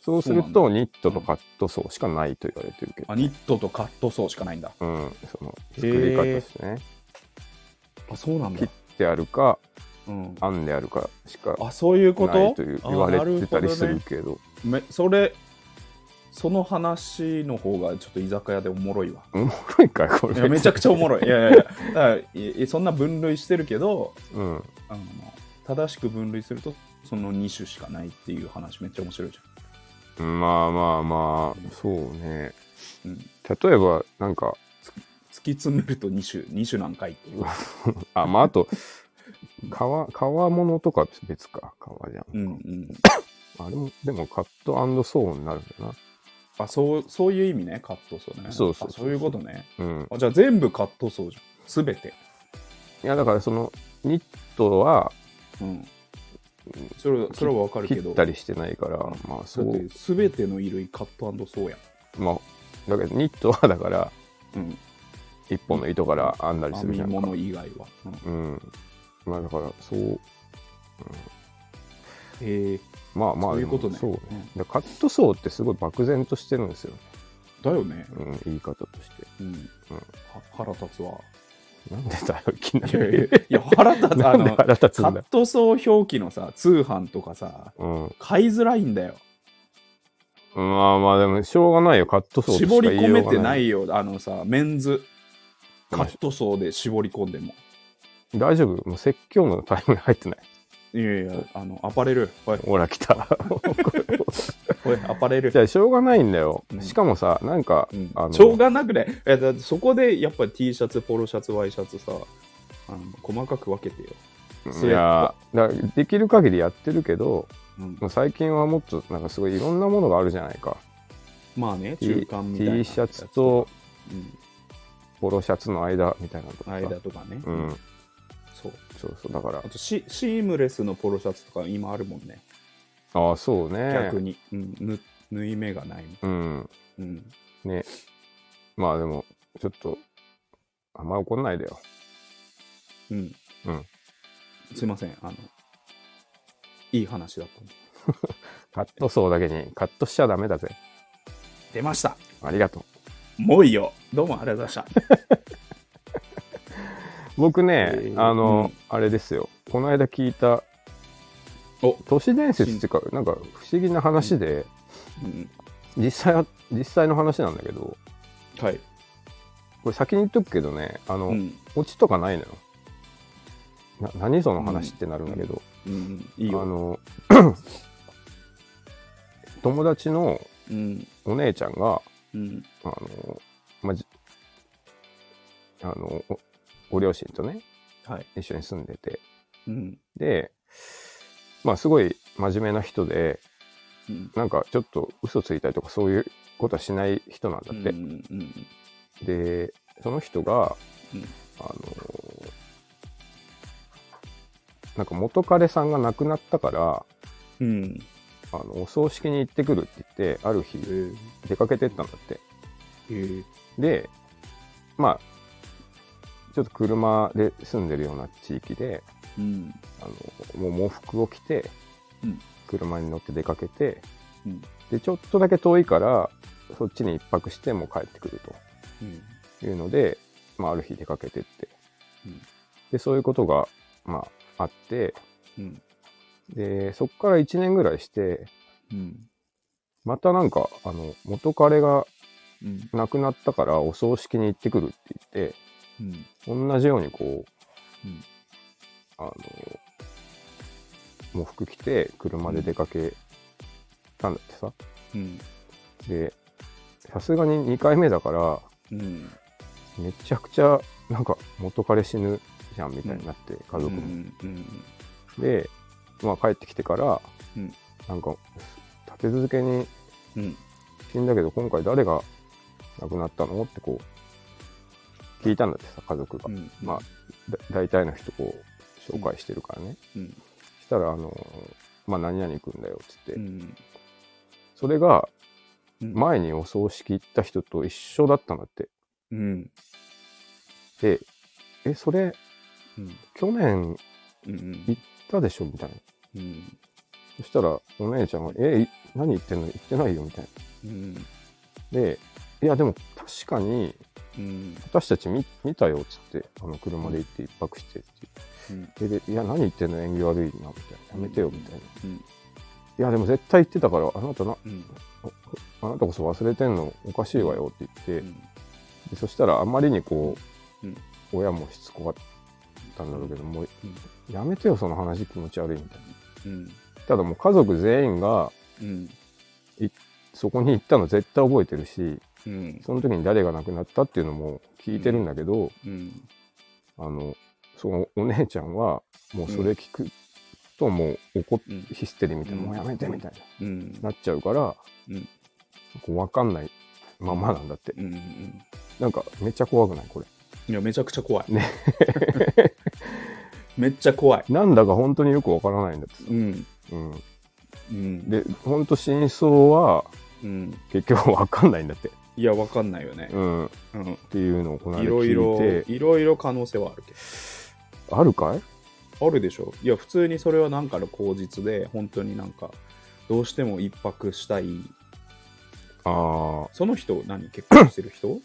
S2: そうする
S1: そう
S2: とニットとカットソーしかないと言われてるけど
S1: あ、ニットとカット層しかないんだ
S2: うん、その作り方ですね
S1: あそうなん
S2: 切ってあるか
S1: うん、
S2: 編んであるかしか
S1: あそういうこ
S2: ない
S1: と
S2: という言われてたりす
S1: あな
S2: る
S1: ほ
S2: けど
S1: どねめそれその話の方がちょっと居酒屋でおもろいわ
S2: *laughs* おもろいかこ
S1: いや
S2: れ
S1: めちゃくちゃおもろいいやいやいやだからいいそんな分類してるけど
S2: うん
S1: あの正しく分類するとその2種しかないっていう話めっちゃ面白いじ
S2: まあまあまあそうね
S1: ゃん、うん、突
S2: 例えばなんか
S1: き詰めると2種2種なんかいっていう、
S2: あ、まあ、あと、革、革物とか別か、革じゃん。
S1: うんうん、
S2: あれも、でもカットソーになるんだな。
S1: あそうそういう意味ねカット層ね
S2: そうそうそう
S1: あそういうことね
S2: うん。
S1: あじゃあ全部カット層じゃんすべて
S2: いや、だからその、ニットは
S1: うんそれそれはわかるけ
S2: 切
S1: ど
S2: ったりしてないから、まあそ
S1: だって
S2: う、
S1: 全ての衣類カットソーやん
S2: まあ、だけどニットはだから、
S1: うん
S2: 一本の糸から編んだりす
S1: 編
S2: るじ
S1: み
S2: ゃんか。
S1: 物以外は。うん
S2: うん。まあだから、そう、
S1: へえ
S2: まあまあ、
S1: そういうことね
S2: でもそうね。だからカットソーってすごい漠然としてるんですよね。
S1: だよね。
S2: うん、言い方として。
S1: うん。は腹立つわ。
S2: なんでだよ、いきない
S1: やいや
S2: り。
S1: いや、腹立つ。
S2: *laughs* な
S1: あ
S2: んで
S1: の、
S2: 腹立つ
S1: カ
S2: んだ
S1: ットソー表記のさ、通販とかさ、
S2: うん。
S1: 買いづらいんだよ。
S2: まあまあ、でも、しょうがないよ、カットソーとしか
S1: 絞り
S2: 言い
S1: 込
S2: よ
S1: め
S2: うが
S1: てないよ、あのさ、メンズ。カットソーで絞り込んでも。
S2: 大丈夫もう説教のタイムに入ってない。
S1: いやいや、あの、アパレル。おい、
S2: ほら、来た。
S1: *laughs* お
S2: *laughs*
S1: い、アパレル
S2: じ。ゃあ、しょうがないんだよ
S1: う。ん
S2: しかもさ、なんか、
S1: うん
S2: あの、
S1: しょうがなくね。えだってそこでやっぱ T シャツ、ポロシャツ、ワイシャツさ、あの細かく分けてよ。
S2: いやだからできる限りやってるけど、
S1: うん
S2: もう最近はもっと、なんかすごいいろんなものがあるじゃないか。
S1: まあね、
S2: T,
S1: 中間みたいなや
S2: T
S1: つ。
S2: シャツと
S1: うん、
S2: ポロシャツの間みたいなのとか。
S1: 間とかね。
S2: うん。
S1: そう。
S2: そうそう。だから
S1: あ、とシ、シームレスのポロシャツとか今あるもんね。
S2: ああ、そうね。
S1: 逆に。うん、ぬ縫い目がない。
S2: うん。
S1: うん。
S2: ね。まあでも、ちょっと、あんま怒んないでよ。
S1: うん。
S2: うん
S1: すいません。あの、いい話だったんで。
S2: カット層だけにカットしちゃダメだぜ。
S1: 出ました。
S2: ありがとう。
S1: もういいよ。どうもありがとうございま
S2: *laughs*
S1: した。
S2: 僕ね、
S1: えー
S2: あの、
S1: う
S2: あれですよ。この間聞いた、
S1: お
S2: 都市伝説っていうか、なんか不思議な話で、
S1: うん、
S2: 実際は、実際の話なんだけど、
S1: はい。
S2: これ先に言っとくけどね、あの、
S1: うん。
S2: オチとかないのよ。な何その話ってなるんだけど、
S1: うん。いい
S2: あ
S1: よ。
S2: の *clears throat* 友達の
S1: うん。
S2: お姉ちゃんが
S1: うん。
S2: あの、まあじあのおご両親とね
S1: はい。
S2: 一緒に住んでて
S1: うん。
S2: でまあすごい真面目な人で
S1: うん。
S2: なんかちょっと嘘ついたりとかそういうことはしない人なんだって、
S1: うんうん
S2: でその人が、
S1: うん
S2: あのなんか元彼さんが亡くなったから
S1: うんうん
S2: あのお葬式に行ってくるって言ってある日
S1: うん
S2: 出かけてったんだって
S1: へえ
S2: でまあちょっと車で住んでるような地域で
S1: うん
S2: あのもう喪服を着て、
S1: うん
S2: 車に乗って出かけて
S1: うん
S2: でちょっとだけ遠いからそっちに一泊してもう帰ってくる
S1: うん
S2: というので、まあ、ある日出かけてって
S1: うん
S2: でそういうことが、まあ、あって
S1: うん
S2: でそっから1年ぐらいして
S1: うん
S2: またなんかあの元彼が
S1: うん
S2: 亡くなったからお葬式に行ってくるって言って
S1: うん
S2: 同じようにこう、
S1: うん
S2: あの喪服着て車で出かけたんだってさ
S1: うん
S2: でさすがに2回目だから
S1: うん
S2: めちゃくちゃなんか元彼死ぬじゃんみたいになって、家
S1: う
S2: 族も、
S1: んうん
S2: で、まあ、帰ってきてから、
S1: うん
S2: なんか立て続けに
S1: うん
S2: 死んだけど今回誰が亡くなったのってこう聞いたんだってさ家族が、
S1: うん
S2: まあだ大体の人こう紹介してるからね、
S1: うん
S2: したら、あのまあ、何々行くんだよっつって、
S1: うん
S2: それが
S1: うん
S2: 前にお葬式行った人と一緒だったんだって。
S1: うん
S2: で、え、それ、
S1: うん
S2: 去年行
S1: うん
S2: ったでしょみたいな。
S1: うん
S2: そしたら、お姉ちゃんが、え、い何言ってんの行ってないよみたい
S1: うん
S2: な。で、いや、でも確かに、
S1: うん
S2: 私たち見見たよっつって、あの、車で行って一泊してって
S1: うん
S2: 言って。で、でいや、何言ってんの縁起悪いな、みたいな。やめてよ、みたいな。い
S1: うん
S2: や、でも絶対行ってたから、あなたな、
S1: うん
S2: あなたこそ忘れてんのおかしいわよって言って、
S1: うん
S2: でそしたらあまりにこう、
S1: うん
S2: 親もしつこかったんだろうけど、もう
S1: うん
S2: やめてよその話気持ち悪いみたいな
S1: うん
S2: ただもう家族全員が
S1: うん
S2: そこに行ったの絶対覚えてるし
S1: うん
S2: その時に誰が亡くなったっていうのも聞いてるんだけど、
S1: うん
S2: あのそのお姉ちゃんはもうそれ聞くともう怒っ
S1: うん
S2: ヒステリーみたいな、
S1: うん
S2: もうやめてみたいな、
S1: うん
S2: なっちゃうから、
S1: うん
S2: こう分かんないままなんだって、
S1: うんうん
S2: なんかめっちゃ怖くないこれ
S1: いやめちゃくちゃ怖い
S2: ね
S1: めっちゃ怖い
S2: なんだか本当によくわからないんだってさ、
S1: うん
S2: うん、
S1: うん
S2: で本当真相は
S1: うん
S2: 結局わかんないんだって
S1: いや、わかんないよね。
S2: うん、っ
S1: うん。
S2: ていうのをこの間
S1: いろいろ、
S2: 聞いて、
S1: いろいろ可能性はあるけ
S2: あるかい
S1: ど。あるでしょ。いや、普通にそれはなんかの口実で、本当になんか、どうしても一泊したい。
S2: あ
S1: その人、何結婚してる人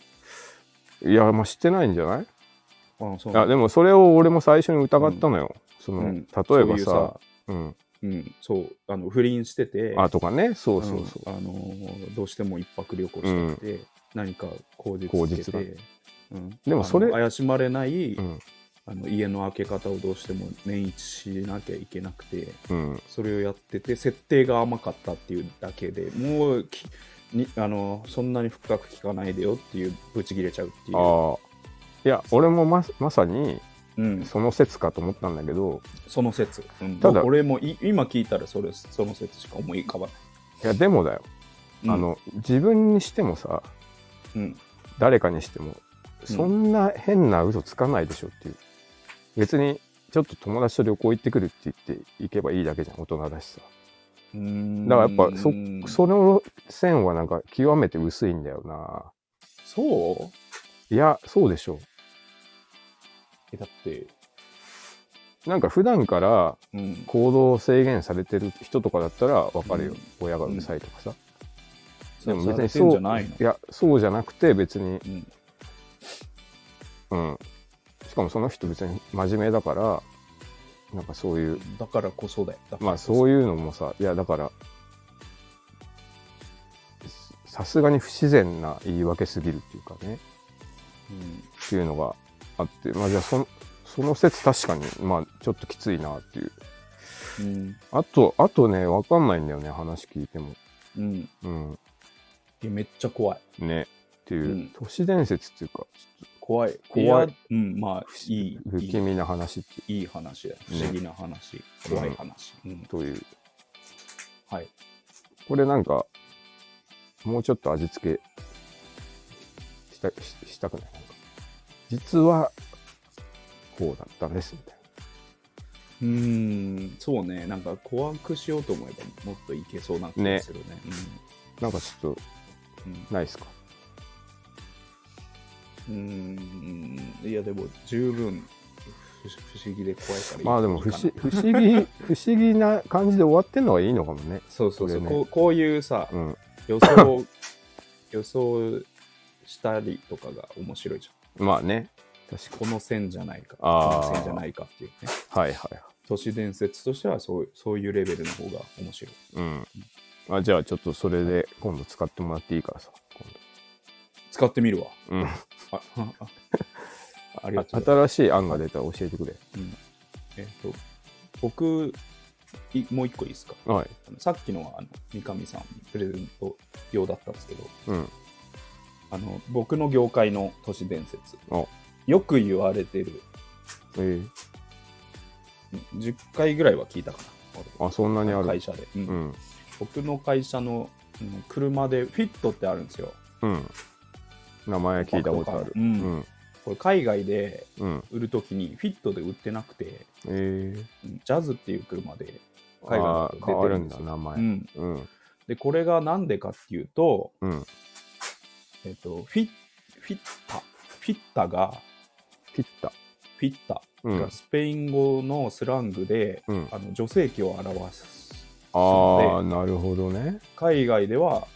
S2: あ、いや、まあ、知ってないんじゃない
S1: あそうな
S2: あ
S1: んだ
S2: でもそれを俺も最初に疑ったのよ。そ
S1: う
S2: の
S1: ん
S2: 例えばさ
S1: そう
S2: う
S1: いうさ
S2: ん、
S1: うん、そう、あの、不倫してて、
S2: あとかねそうそうそ
S1: う
S2: う。
S1: んあのーどうしても一泊旅行したくて、何か口実
S2: 口
S1: つけ
S2: 実が
S1: て、うん、
S2: でもそれ
S1: あの怪しまれない、
S2: うん
S1: あの家の開け方をどうしても年一しなきゃいけなくて
S2: うん
S1: それをやってて設定が甘かったっていうだけでもうきにあのそんなに深く聞かないでよっていうブチ切れちゃうっていう
S2: ああいや俺もままさに
S1: うん、
S2: その説かと思ったんだけど
S1: その説、うん、
S2: ただ
S1: もう俺もい今聞いたらそれその説しか思い浮かばない
S2: いやでもだよ、
S1: うん
S2: あの自分にしてもさ
S1: うん
S2: 誰かにしても
S1: うん
S2: そんな変な嘘つかないでしょっていう、別にちょっと友達と旅行行ってくるって言って行けばいいだけじゃん大人だしさ
S1: うーん
S2: だからやっぱそその線はなんか極めて薄いんだよな
S1: そう
S2: いやそうでしょ
S1: えだって、
S2: なんか普段から
S1: うん、
S2: 行動を制限されてる人とかだったらわかるよ、
S1: うん
S2: 親がうるさいとかさ、
S1: でも
S2: でも別に
S1: そう
S2: そ
S1: じ
S2: う
S1: ゃないの
S2: いやそうじゃなくて別に
S1: うん
S2: うんしかもその人別に真面目だからなんかそういう
S1: だからこそだよだから
S2: まあ
S1: こ
S2: そういうのもさいやだからさすがに不自然な言い訳すぎるっていうかね
S1: うん
S2: っていうのがあってまあじゃあそのその説確かにまあちょっときついなっていう
S1: うん
S2: あとあとねわかんないんだよね話聞いても
S1: うんい
S2: うん
S1: やめっちゃ怖い
S2: ねっていう、
S1: うん
S2: 都市伝説っていうかちょっ
S1: 怖い
S2: 怖い
S1: やうんまあいい
S2: と不
S1: い
S2: 気味な話って
S1: いいい話だよ不思議な話、怖い話、うん
S2: という
S1: はい
S2: これなんかもうちょっと味付けしたししたくないなんか実はこうだったんですみたいう
S1: ーんそうねなんか怖くしようと思えばもっといけそうな気がするね
S2: ななんかちょっとないですか
S1: うん、うん、うーんいやでも十分不不思議で怖いからいい
S2: まあでも
S1: いい
S2: 不
S1: かな
S2: 思不思議 *laughs* 不思議な感じで終わってんのがいいのかもね
S1: そうそうそう
S2: これね
S1: こうこういうさ、
S2: うん
S1: 予
S2: *laughs*
S1: 想予想したりとかが面白いじゃ
S2: まあね確
S1: んこの線じゃないかこ
S2: あー
S1: の線じゃないかっていうね
S2: かはいはい
S1: 都市伝説としてはそうそういうレベルの方が面白い
S2: うんあじゃあちょっとそれで今度使ってもらっていいからさ今
S1: 使ってみるわ
S2: 度うん
S1: ああありがとうござい
S2: 新しい案が出たら教えてくれ。
S1: ます、うんえっ、と僕いもう一個いいですか
S2: はい。
S1: あのさっきのはあの三上さんにプレゼント用だったんですけど
S2: うん。
S1: あの僕の業界の都市伝説
S2: あ、
S1: よく言われてる
S2: えー、
S1: うん10回ぐらいは聞いたかな俺
S2: あ、そんなにある
S1: 会。社で、うん
S2: うん。
S1: 僕の会社のうん車でフィットってあるんですよ
S2: うん。名前聞いたことある。
S1: う
S2: うんん。
S1: これ海外で
S2: うん。
S1: 売るときにフィットで売ってなくて
S2: えー、
S1: うんジャズっていう車で海
S2: あ
S1: 外
S2: ー
S1: で出
S2: 変
S1: て
S2: わ
S1: る
S2: る
S1: ん
S2: ん
S1: ですよ、
S2: だ、名
S1: う
S2: 前。
S1: ん、
S2: うん。
S1: でこれがなんでかっていうと,、
S2: うん。
S1: えっとフィフィッタフィッタが
S2: ピッタ。
S1: フィッタ
S2: う
S1: が
S2: ん。
S1: スペイン語のスラングで、
S2: うん、
S1: あの女性器を表す
S2: ああ、なるほどね。
S1: 海外では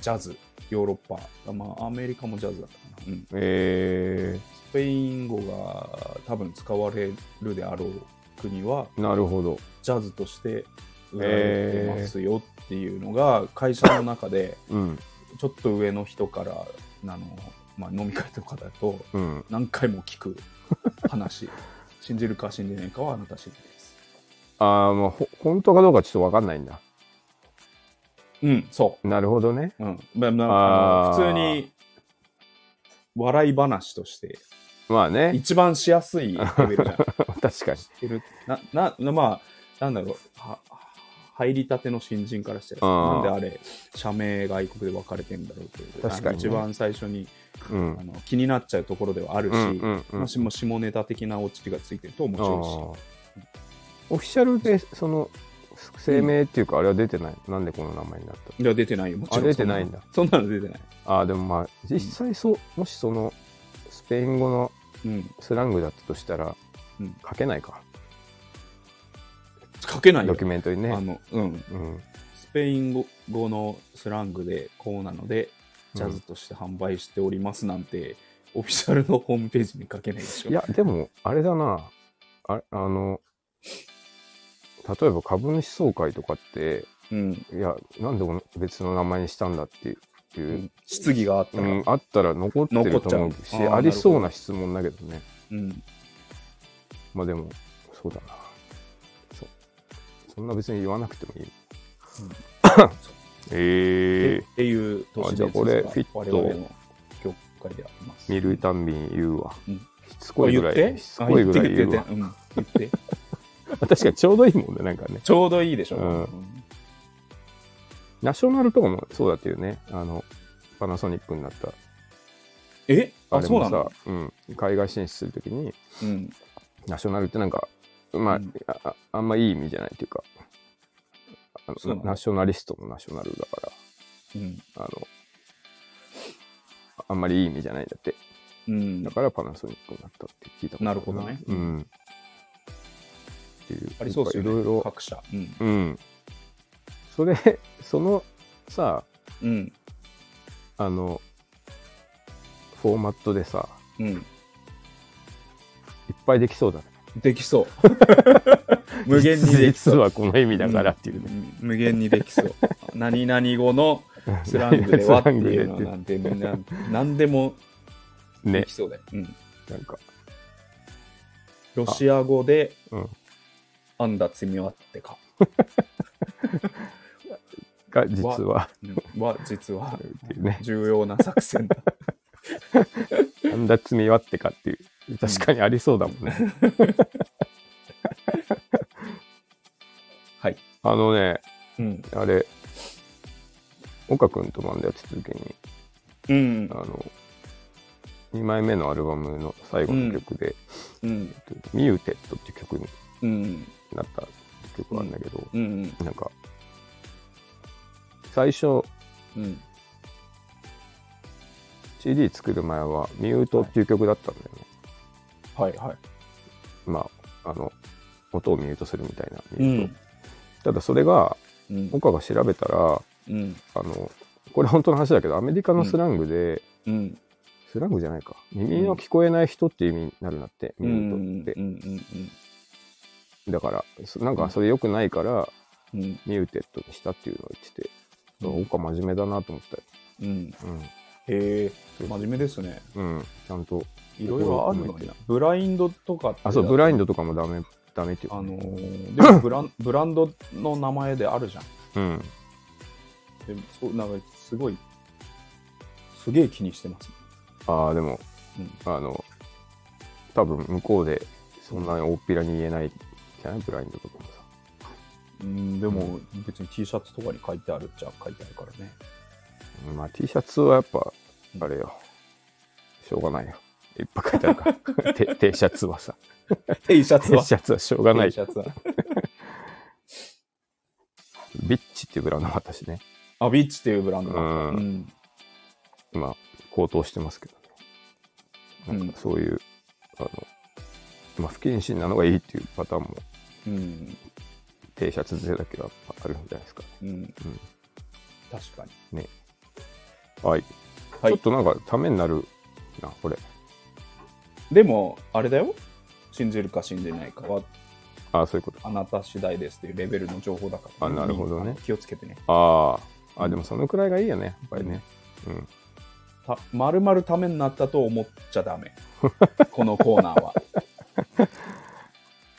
S1: ジャズヨーロッパ、まあ、アメリカもジャズだったかな、うん、
S2: え
S1: スペイン語が多分使われるであろう国は
S2: ー、なるほど。
S1: ジャズとして売られてますよっていうのが会社の中で
S2: うん。
S1: ちょっと上の人からあの、まあ、飲み会とかだと
S2: うん。
S1: 何回も聞く
S2: *laughs*
S1: 話信じるか信じないかはあなた次第です
S2: ああ、まあ、ほ本当かどうかちょっとわかんないんだ。
S1: うんそ
S2: なるほどね。
S1: う、うんまあまあ、あの
S2: あー
S1: 普通に笑い話として
S2: まあね。
S1: 一番しやすいレベルじゃん
S2: 確かに。
S1: い
S2: *laughs*
S1: るなななまあなんだろうは入りたての新人からして
S2: あ
S1: なん
S2: ー
S1: であれ社名外国で分かれてんだろうという
S2: 確かにね
S1: あの一番最初に
S2: うん
S1: あ。の気になっちゃうところではあるし、
S2: うんうんうん
S1: もしも下ネタ的なオチがついてると面
S2: ああ
S1: 白
S2: オフィシャルでその声明っていうか、あれは出てない。なんでこの名前になった
S1: いや、出てないよ。もちろん。
S2: あ出てないんだ
S1: そんなの出てない。
S2: ああ、でもまあ、実際そう、もしその、スペイン語の
S1: うん。
S2: スラングだったとしたら、
S1: うん
S2: 書けないか。
S1: 書けないよ
S2: ドキ。ュメントに
S1: あ
S2: ね。
S1: の、うん。
S2: うん。
S1: スペイン語語のスラングでこうなので、ジャズとして販売しておりますなんて、オフィシャルのホームページに書けないでしょ。
S2: いや、でも、あれだな。ああの、例えば株主総会とかって、
S1: うん。
S2: いや、なんでこの別の名前にしたんだっていう、いう
S1: 質疑があった
S2: う
S1: ら、
S2: ん、あったら残ってると思う
S1: 残っち
S2: し、
S1: ゃうあー
S2: ありそうな質問だけどね。
S1: うん
S2: まあでも、そうだな。そうそんな別に言わなくてもいい。 *coughs* え
S1: っ
S2: え
S1: ていう都市伝説が
S2: あじゃあこれフィッ
S1: 我
S2: ト
S1: 々の業界であります。
S2: 見るたんびに言うわ。
S1: うん
S2: しつこいぐら
S1: あ言っ
S2: い、
S1: て
S2: しつこいぐらい
S1: あ言っ
S2: 言う
S1: て言
S2: わ
S1: って。言って,、うん、言って。
S2: 確かにちょうどいいもんね、なんかね。
S1: ちょうどいいでしょ。
S2: うんナショナルとかもそうだっていうね。あの、パナソニックになった。
S1: えあ、
S2: あれ
S1: そうな
S2: も
S1: んだ
S2: さ。、うん、海外進出するときに、
S1: うん。
S2: ナショナルってなんか、まあ、
S1: うん
S2: あああんまいい意味じゃないというか、あ
S1: そうな
S2: の
S1: の
S2: ナショナリストのナショナルだか
S1: うん。
S2: ら、あの、あんまりいい意味じゃないんだって。
S1: うん
S2: だ、からパナソニックになったって聞いたことある
S1: なるほどね
S2: うん。っていう。
S1: ありそうですよね。
S2: いろいろ。
S1: 各社。うん。
S2: うん。それ、そのさ、
S1: うん。
S2: あの、フォーマットでさ、
S1: うん。
S2: いっぱいできそうだね。
S1: でき
S2: *laughs*
S1: そう。無限にできそう
S2: 実。はこの意味だからっていうね。
S1: ん無限にでき
S2: *laughs*
S1: そう。何々語のスラングではっていうのなんて、なん何でもで
S2: *laughs* ね
S1: き、そうだよ。うん
S2: なんか、
S1: ロシア語で
S2: うん、
S1: あんだ罪はってか。
S2: が実は
S1: うんは実
S2: *laughs*
S1: は
S2: っていうね、
S1: 重要な作戦だ。
S2: なんだ罪はってかっていう、確かにありそうだもん
S1: *laughs*
S2: ね。
S1: はい。
S2: あのね、
S1: うん。
S2: あれ、岡君とバンドやってた時に、
S1: うん
S2: あ。の、2枚目のアルバムの最後の曲で、
S1: うん。
S2: ミューテッドっていう曲に
S1: うん。
S2: なった曲があるんだけど、
S1: うん。
S2: なんか、最初、
S1: うん。
S2: CD 作る前は、ミュートっていう曲だったんだよね。
S1: はいはい。
S2: まあ、あの、音をミュートするみたいな
S1: う
S2: ミュート。
S1: ん。
S2: ただそれが、
S1: うん。
S2: 僕が調べたら、
S1: うん。
S2: あの、これ本当の話だけど、アメリカのスラングで、
S1: うん。
S2: スラングじゃないか。耳の聞こえない人っていう意味になるんだって、
S1: う
S2: ミュ
S1: ん
S2: ート
S1: う
S2: って。
S1: んうん
S2: だから、そなんかそれ良くないから、
S1: うんうん
S2: ミューテッドにしたっていうのを言ってて、
S1: う
S2: うんん、岡真面目だなと思ったよ。
S1: うんへえ真面目ですね
S2: うん。うん。ちゃんと。
S1: いろいろあるのになブラインドとかって
S2: あ、そう、ブラインドとかもダメ、ダメっていう。
S1: あのーで *laughs* もブランブランドの名前であるじゃん
S2: うん。
S1: でもそうなんかすごいすげえ気にしてます、
S2: ああ、でも、
S1: うん
S2: あの、多分向こうで、そんなに大っぴらに言えないじゃないブラインドとかもさ。
S1: うん、でも別に T シャツとかに書いてあるっちゃ書いてあるからね
S2: まあ T シャツはやっぱ、あれよ。しょうがないよ。いっぱい書いてあ
S1: *laughs*
S2: るから。て T シャツはさ。
S1: *laughs* T シャツ
S2: T
S1: は
S2: シャツはしょうがない
S1: T。シャツは
S2: ビッチっていうブランドもあったしね。
S1: *laughs* あビッチっていうブランド
S2: う。
S1: だうんん
S2: 今、高騰してますけどね。なん
S1: う
S2: かそういう、あの、まあ不謹慎なのがいいっていうパターンも
S1: うん、
S2: T シャツでだけはやっぱあるんじゃないですか。
S1: うん確かに
S2: はい。
S1: はい
S2: ちょっとなんかためになるな、これ。
S1: でもあれだよ信じるか信じないかは
S2: ああ、そういうこと。
S1: あなた次第ですっていうレベルの情報だから、
S2: あなるほどね
S1: 気をつけてね。
S2: ああ、あでもそのくらいがいいよね、やっぱりね。うん。
S1: たまるまるためになったと思っちゃダ
S2: *laughs*
S1: メ。このコーナーは。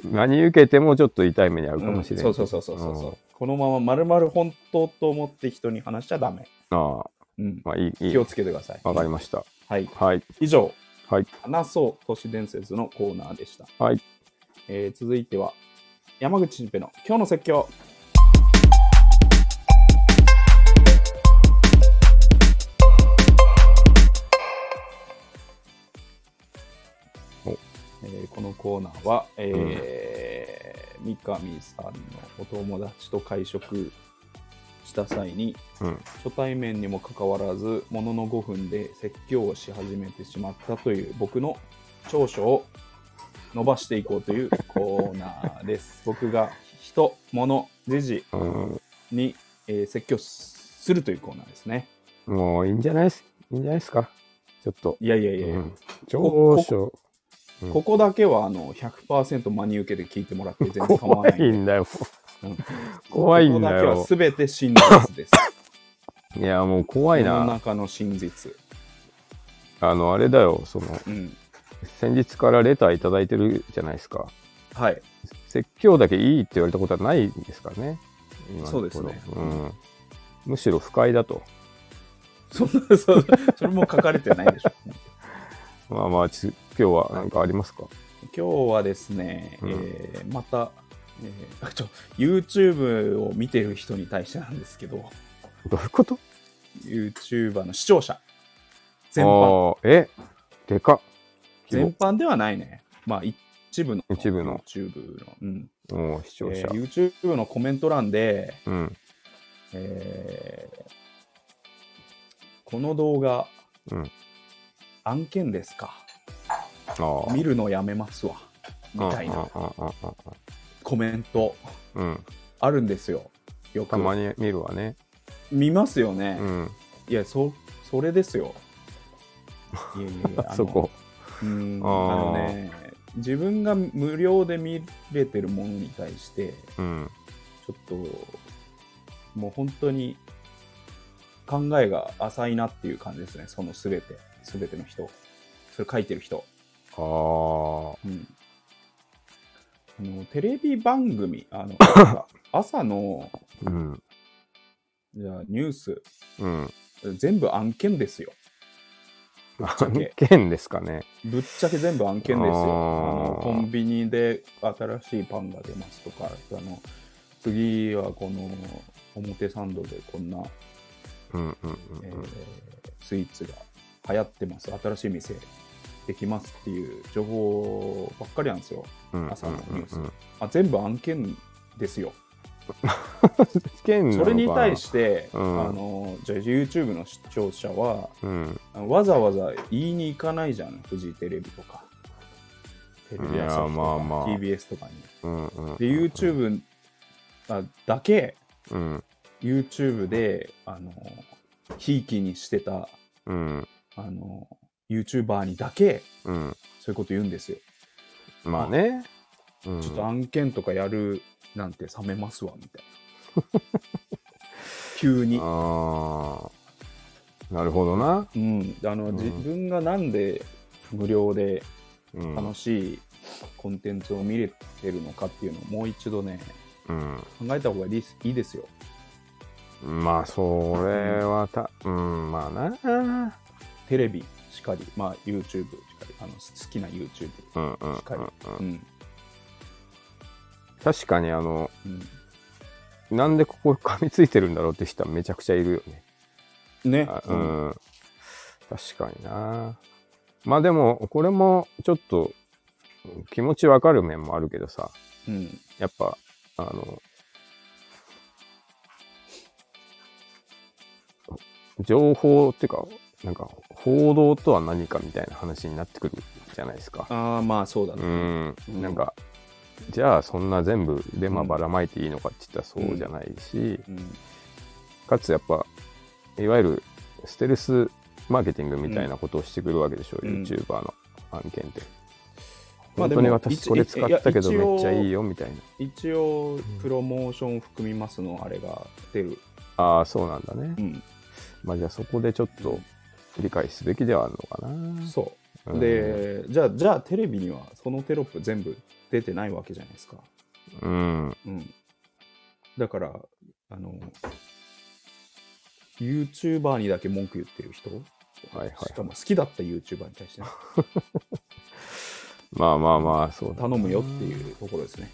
S2: 真に受けてもちょっと痛い目に遭うかもしれない。
S1: そうそうそうそうそうそう。このまままるまる本当と思って人に話しちゃダメ。
S2: うんああ、
S1: うん。
S2: まあいい、いい
S1: 気。をつけてください。
S2: わかりました。
S1: はい。
S2: はい。
S1: 以上、
S2: はい。
S1: 話そう都市伝説のコーナーでした。
S2: はい。
S1: えー続いては、山口新平の今日の説教。
S2: お
S1: えーこのコーナーは、えー三上さんのお友達と会食した際に、
S2: うん
S1: 初対面にもかかわらずものの5分で説教をし始めてしまったという僕の長所を伸ばしていこうというコーナーです。 *laughs* 僕が人、物、時事
S2: うん
S1: に、えー説教するというコーナーですね。
S2: もういいんじゃないですいいんじゃないですかちょっと、
S1: いやいやいや、
S2: うん、長所うん
S1: ここだけはあの100%真に受けて聞いてもらって全然構わ
S2: 怖
S1: ない
S2: い
S1: んで。
S2: んだよ
S1: うん
S2: 怖いんだ
S1: ここだけは
S2: よ
S1: 全て真実です。
S2: いやもう *laughs* 怖い
S1: 世の
S2: な
S1: 中の真実。
S2: あのあれだよその
S1: うん。
S2: 先日からレターいただいてるじゃないですか
S1: はい。
S2: 説教だけいいって言われたことはないんですからね今のところ
S1: そうですね
S2: うん、むしろ不快だと
S1: そんな、そそれも書かれてないでしょ。
S2: まあまあち今日は何かありますか、
S1: 今日はですね、
S2: うん
S1: えーまた、えーあちょ、YouTube を見てる人に対してなんですけ *laughs* ど、
S2: どういうこと
S1: YouTuber の視聴者。全般。
S2: あーえでかっ
S1: 全般ではないね。まあ、一部の。
S2: 一部の
S1: YouTube の。うん。
S2: もう視
S1: え
S2: 聴者、
S1: ー YouTube のコメント欄で、
S2: うん
S1: えーこの動画、
S2: うん
S1: 案件ですか
S2: あー
S1: 見るのやめますわみたい
S2: あ
S1: な
S2: ーあーあーあーあ
S1: コメント
S2: ーうん
S1: あるんですよよく
S2: たまに見るわね
S1: 見ますよね、
S2: うん
S1: いやそそれですよいやい *laughs* やいやあの
S2: そこ
S1: うん
S2: あ
S1: あ
S2: ー
S1: のね自分が無料で見れてるものに対して
S2: うん
S1: ちょっともう本当に考えが浅いなっていう感じですねその全て全ての人それ書いてる人、
S2: あ
S1: う
S2: あ
S1: ん、あのテレビ番組あ *laughs* のなんか朝の
S2: うん
S1: じゃあニュース
S2: うん
S1: 全部案件ですよぶっちゃ
S2: 案
S1: け
S2: 件ですかね
S1: ぶっちゃけ全部案件ですよあ
S2: あー
S1: のコンビニで新しいパンが出ますとかあの次はこの表参道でこんな
S2: うんうん
S1: えースイーツが流行ってます新しい店できますっていう情報ばっかりなんですよ
S2: うんうん
S1: 朝のニュース
S2: うんうん
S1: あ全部案件ですよ
S2: 件な
S1: そ
S2: のか
S1: れ
S2: な
S1: に対して、
S2: うん
S1: あのじゃあ YouTube の視聴者は
S2: うん
S1: あわざわざ言いに行かないじゃんフジテレビとかテレビ朝日とか
S2: いやまあまあ
S1: TBS とかに
S2: うんうん
S1: で YouTube あだけ
S2: うん、
S1: YouTube であのひいきにしてた
S2: うん、
S1: あの YouTuber にだけ
S2: うん。
S1: そういうこと言うんですよ。
S2: まあね。ちょ
S1: ちょっと案件とかやるなんて冷めますわ、みたいな。
S2: *laughs*
S1: 急に。
S2: ああ。なるほどな。
S1: うん。あの、
S2: ん
S1: 自分がなんで無料で
S2: うん。
S1: 楽しいコンテンツを見れてるのかっていうのをもう一度ね、
S2: う
S1: 考えた方がいいですいいですよ。
S2: ん。まあ、それはた、うん、まあな。
S1: テレビしかり、まあ YouTube しかり、あの好きな YouTube し
S2: うんうんうん
S1: かり。う
S2: うん
S1: ん。
S2: 確かに、あの、
S1: うん
S2: なんでここ噛みついてるんだろうって人はめちゃくちゃいるよね。
S1: ね
S2: あ。う
S1: うん
S2: ん。確かにな。まあでも、これもちょっと気持ちわかる面もあるけどさ。
S1: うん。
S2: やっぱ、あの、情報っていうか、なんか、報道とは何かみたいな話になってくるじゃないですか。
S1: ああ、まあそうだ
S2: う
S1: ね。
S2: ん
S1: うん、
S2: なんか、じゃあそんな全部デマばらまいていいのかって言ったらそうじゃないし、
S1: うん。
S2: かつやっぱ、いわゆるステルスマーケティングみたいなことをしてくるわけでしょ、
S1: う
S2: うん YouTuber の案件って。
S1: まあ
S2: 本
S1: で
S2: 当
S1: も
S2: に私これ使ったけど
S1: いや一応
S2: めっちゃいいよみたいな。
S1: 一応、プロモーション含みますの、あれが出る。
S2: ああ、そうなんだね。
S1: うん。
S2: まあじゃあそこでちょっと理解すべきではあるのかな。
S1: そうう。
S2: ん、
S1: で、じゃあ、じゃあテレビにはそのテロップ全部出てないわけじゃないですか。
S2: うん、
S1: うん。だから、あの、YouTuber にだけ文句言ってる人、
S2: はいはい。
S1: しかも好きだった YouTuber に対してね、
S2: まあまあまあ、そうだ。
S1: 頼むよっていうところですね。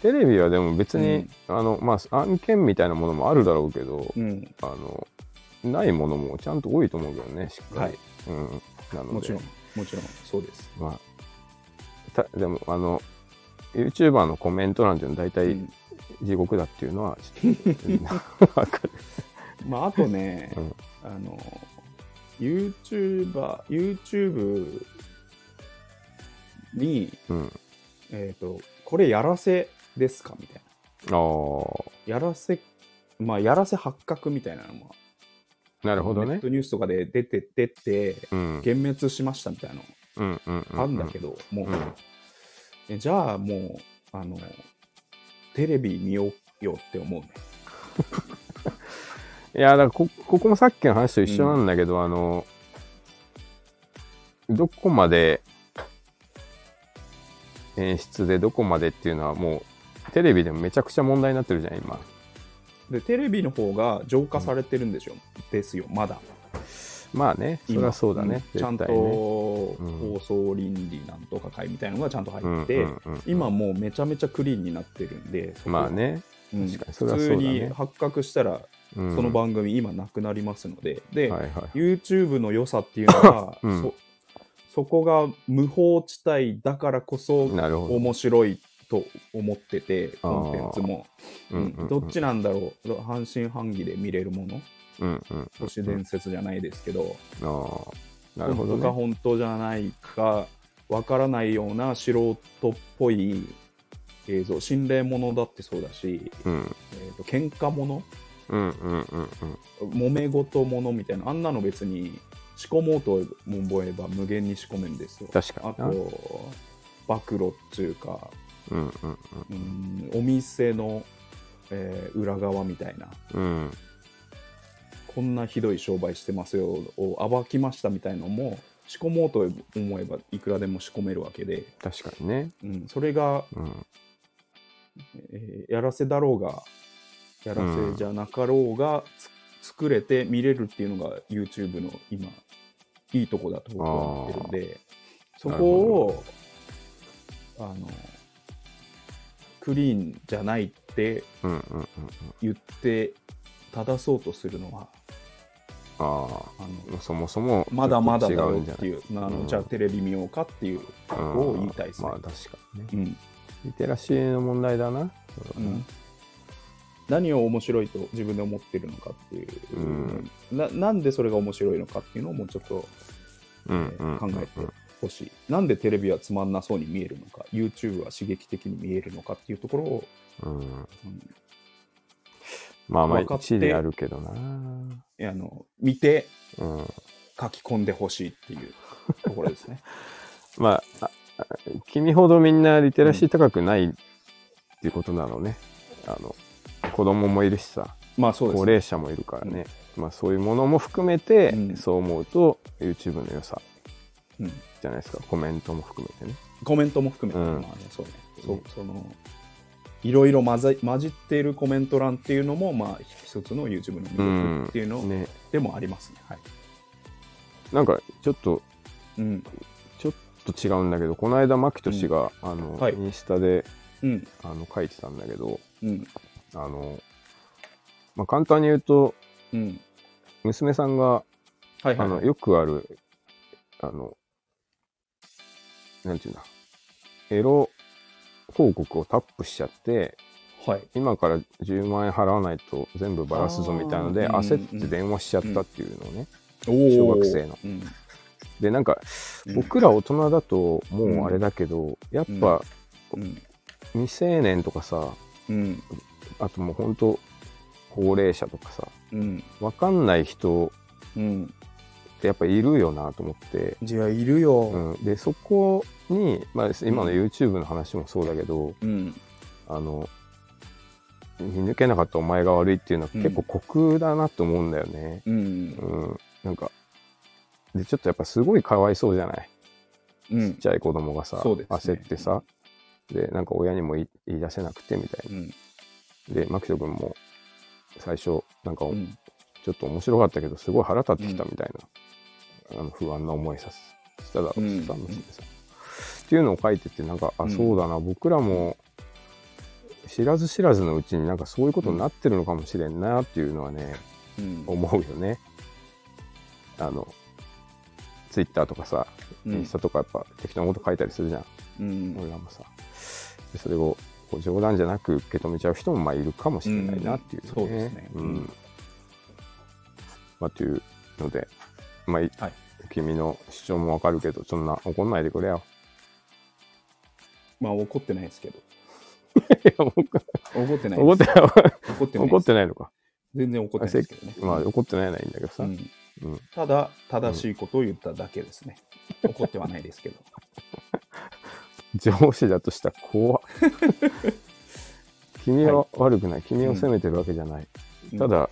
S2: テレビはでも別
S1: う
S2: に
S1: ん、
S2: あの、まあ案件みたいなものもあるだろうけど、
S1: うん。
S2: あの、ないものもちゃんと多いと思うけどね、しっか
S1: は
S2: り。
S1: い。
S2: うん。なので、
S1: もちろん、もちろん、そうです。
S2: まあ、たでも、あの、 YouTuber のコメント欄っていうのは大
S1: う
S2: 体
S1: ん
S2: 地獄だっていうのはちょっ
S1: *laughs*
S2: とみんなわかる。
S1: まああとね、
S2: うん
S1: あの YouTuber、YouTube に、
S2: うん。
S1: えっ、と、これやらせですかみたいな。
S2: ああ、
S1: やらせ、まあ、やらせ発覚みたいなのも、
S2: なるほど
S1: ネッ
S2: ね
S1: ト。ニュースとかで出て出て、
S2: うん。
S1: 幻滅しましたみたいなの
S2: うんうんう
S1: あんだけど、もう、
S2: うん
S1: えじゃあもう、あの、テレビ見ようよって思うね。
S2: いや、だからこ、ここもさっきの話と一緒なんだけど、あの、どこまで演出でどこまでっていうのはもう、テレビでもめちゃくちゃ問題になってるじゃん、今。
S1: で、テレビの方が浄化されてるんでしょ、ですよ、まだ。
S2: まあね、そりゃそうだね。
S1: んちゃんと
S2: 絶対ね
S1: 放送倫理なんとか会みたいなのがちゃんと入って、
S2: うんうんうん
S1: 今もうめちゃめちゃクリーンになってるんで、そこ
S2: まあ、ね、
S1: うん
S2: 確かにそれ
S1: 普
S2: はそ
S1: 通
S2: うだね
S1: に発覚したら、
S2: そ
S1: その番組今なくなりますので、で、
S2: はいはい。
S1: YouTube の良さっていうのは、
S2: *laughs* うん
S1: そそこが無法地帯だからこそ
S2: なるほど。
S1: 面白いと思ってて、
S2: あ
S1: コ
S2: ー
S1: ンテンツも、
S2: う
S1: うん
S2: んうんうん
S1: どっちなんだろう、半信半疑で見れるもの、
S2: うんうんうん。
S1: 都市伝説じゃないですけど、
S2: ああ、なるほど
S1: 本当か
S2: ね。
S1: 本当じゃないかわからないような素人っぽい映像心霊ものだってそうだし、
S2: うん
S1: えー、と喧嘩もの
S2: うんうんうんうん。
S1: 揉め事ものみたいなあんなの別に仕込もうと思えば無限に仕込めるんですよ
S2: 確か
S1: あ
S2: にな。
S1: と暴露っていうか、
S2: うんうん
S1: うん、お店の、えー裏側みたいな
S2: うん。うん。
S1: こんなひどい商売してますよを暴きましたみたいのも仕込もうと思えばいくらでも仕込めるわけで、
S2: 確かにね。
S1: うん、それが、
S2: うん。
S1: えーやらせだろうがやらせじゃなかろうが、つ作れて見れるっていうのが YouTube の今いいとこだと僕は思ってるんでそこをあのクリーンじゃないって
S2: うんうんうんうん。
S1: 言って正そうとするのは
S2: あ
S1: あの
S2: あ、そもそも
S1: まだまだだ
S2: ちょっと
S1: よ
S2: 違う
S1: っていう
S2: んじゃない
S1: まああの
S2: うん
S1: じゃあテレビ見ようかっていうことを言いたいですね。
S2: まあ確かにね。
S1: うん
S2: リテラシーの問題だな。それはね
S1: 何を面白いと自分で思ってるのかっていう、
S2: うん
S1: ななんでそれが面白いのかっていうのをもうちょっと、
S2: う
S1: え
S2: ん
S1: ー考えて
S2: うん
S1: ほしい、なんでテレビはつまんなそうに見えるのか YouTube は刺激的に見えるのかっていうところを、
S2: うんうん
S1: うん
S2: まあまあ
S1: 分かって
S2: 一理あるけどな。
S1: えあの見て
S2: うん。
S1: 書き込んでほしいっていうところです
S2: *laughs*
S1: ね
S2: まあ、あ君ほどみんなリテラシー高くないっていうことなのね。あの、子供もいるしさ、
S1: まあそうです
S2: 高
S1: ね
S2: 齢者もいるからね。まあそういうものも含めて、
S1: うん
S2: そう思うと YouTube の良さ
S1: うん、
S2: じゃないですか。コメントも含めてね。
S1: コメントも含めて、
S2: うん
S1: まあねそうね
S2: う
S1: そ
S2: ん
S1: そのいろいろ混ざ混じっているコメント欄っていうのも、まあ、一つの YouTube の魅力っていうの、
S2: ね。
S1: でもありますね。はい。
S2: なんかちょっと
S1: うん。
S2: ちょっと違うんだけど、この間、牧俊が、あの、
S1: はい
S2: インスタで、
S1: うん。
S2: あの、書いてたんだけど、
S1: うん。
S2: あの、まあ、簡単に言うと、
S1: うん。
S2: 娘さんが、
S1: はいは
S2: あ
S1: い、
S2: の、
S1: はい。
S2: よくある、あの、なんていうんだ、エロ広告をタップしちゃって、
S1: はい。
S2: 今から10万円払わないと全部バラすぞみたいので、
S1: あーうん
S2: 焦って電話しちゃったっていうのね。
S1: おー
S2: 小学生の。
S1: うん。
S2: で、なんか、
S1: うん
S2: 僕ら大人だと、もうあれだけど、やっぱ
S1: うん。
S2: 未成年とかさ、
S1: うん。
S2: あともう本当高齢者とかさ
S1: うん。
S2: 分かんない人
S1: うん。
S2: ってやっぱいるよなと思って、
S1: じゃあ、いるよ。
S2: うん、でそこに、まあ、今の YouTube の話もそうだけど、
S1: うん。
S2: あの見抜けなかったお前が悪いっていうのは結構酷だなと思うんだよね、
S1: うん
S2: う。んなんかでちょっとやっぱすごいかわいそうじゃない、
S1: う
S2: ちっ
S1: ん。
S2: ちゃい子供がさ、
S1: そうですね
S2: 焦ってさでなんか親にも言い言い出せなくてみたい
S1: うん。
S2: なで牧人君も最初なんか、
S1: うん。
S2: ちょっと面白かったけど、すごい腹立ってきたみたいな、あの不安な思いさせしただろうしさ、
S1: うん
S2: 娘さんっていうのを書いてて、なんか、
S1: う
S2: あ、
S1: ん
S2: そうだな、僕らも知らず知らずのうちになんかそういうことになってるのかもしれんなっていうのはね、
S1: うん。
S2: 思うよね。あの、ツイッターとかさ、
S1: う
S2: イ
S1: ん
S2: ンスタとかやっぱ適当なこと書いたりするじゃん、
S1: うん。
S2: 俺らもさ。でそれをこう冗談じゃなく受け止めちゃう人もまあいるかもしれないなっていう、
S1: うんそうですね
S2: う
S1: うんん
S2: まあ、というので、まあい
S1: はい
S2: 君の主張もわかるけど、そんな怒んないでく
S1: *laughs*
S2: れよ。
S1: まあ怒ってないですけど。
S2: いや怒
S1: 怒ってない
S2: 怒っ
S1: で
S2: て
S1: す。
S2: ない
S1: 怒ってない
S2: 怒
S1: で
S2: っ
S1: す。
S2: てないのか。
S1: 全然怒ってないですけどね。
S2: まあ怒ってないならいいんだけどさ。
S1: うん
S2: うん
S1: ただ、正しいことを言っただけ *laughs* ですね。怒ってはないですけど。
S2: 上司だとしたら
S1: *laughs*
S2: 怖っ君は悪くない、君を責めてるわけじゃない、ただ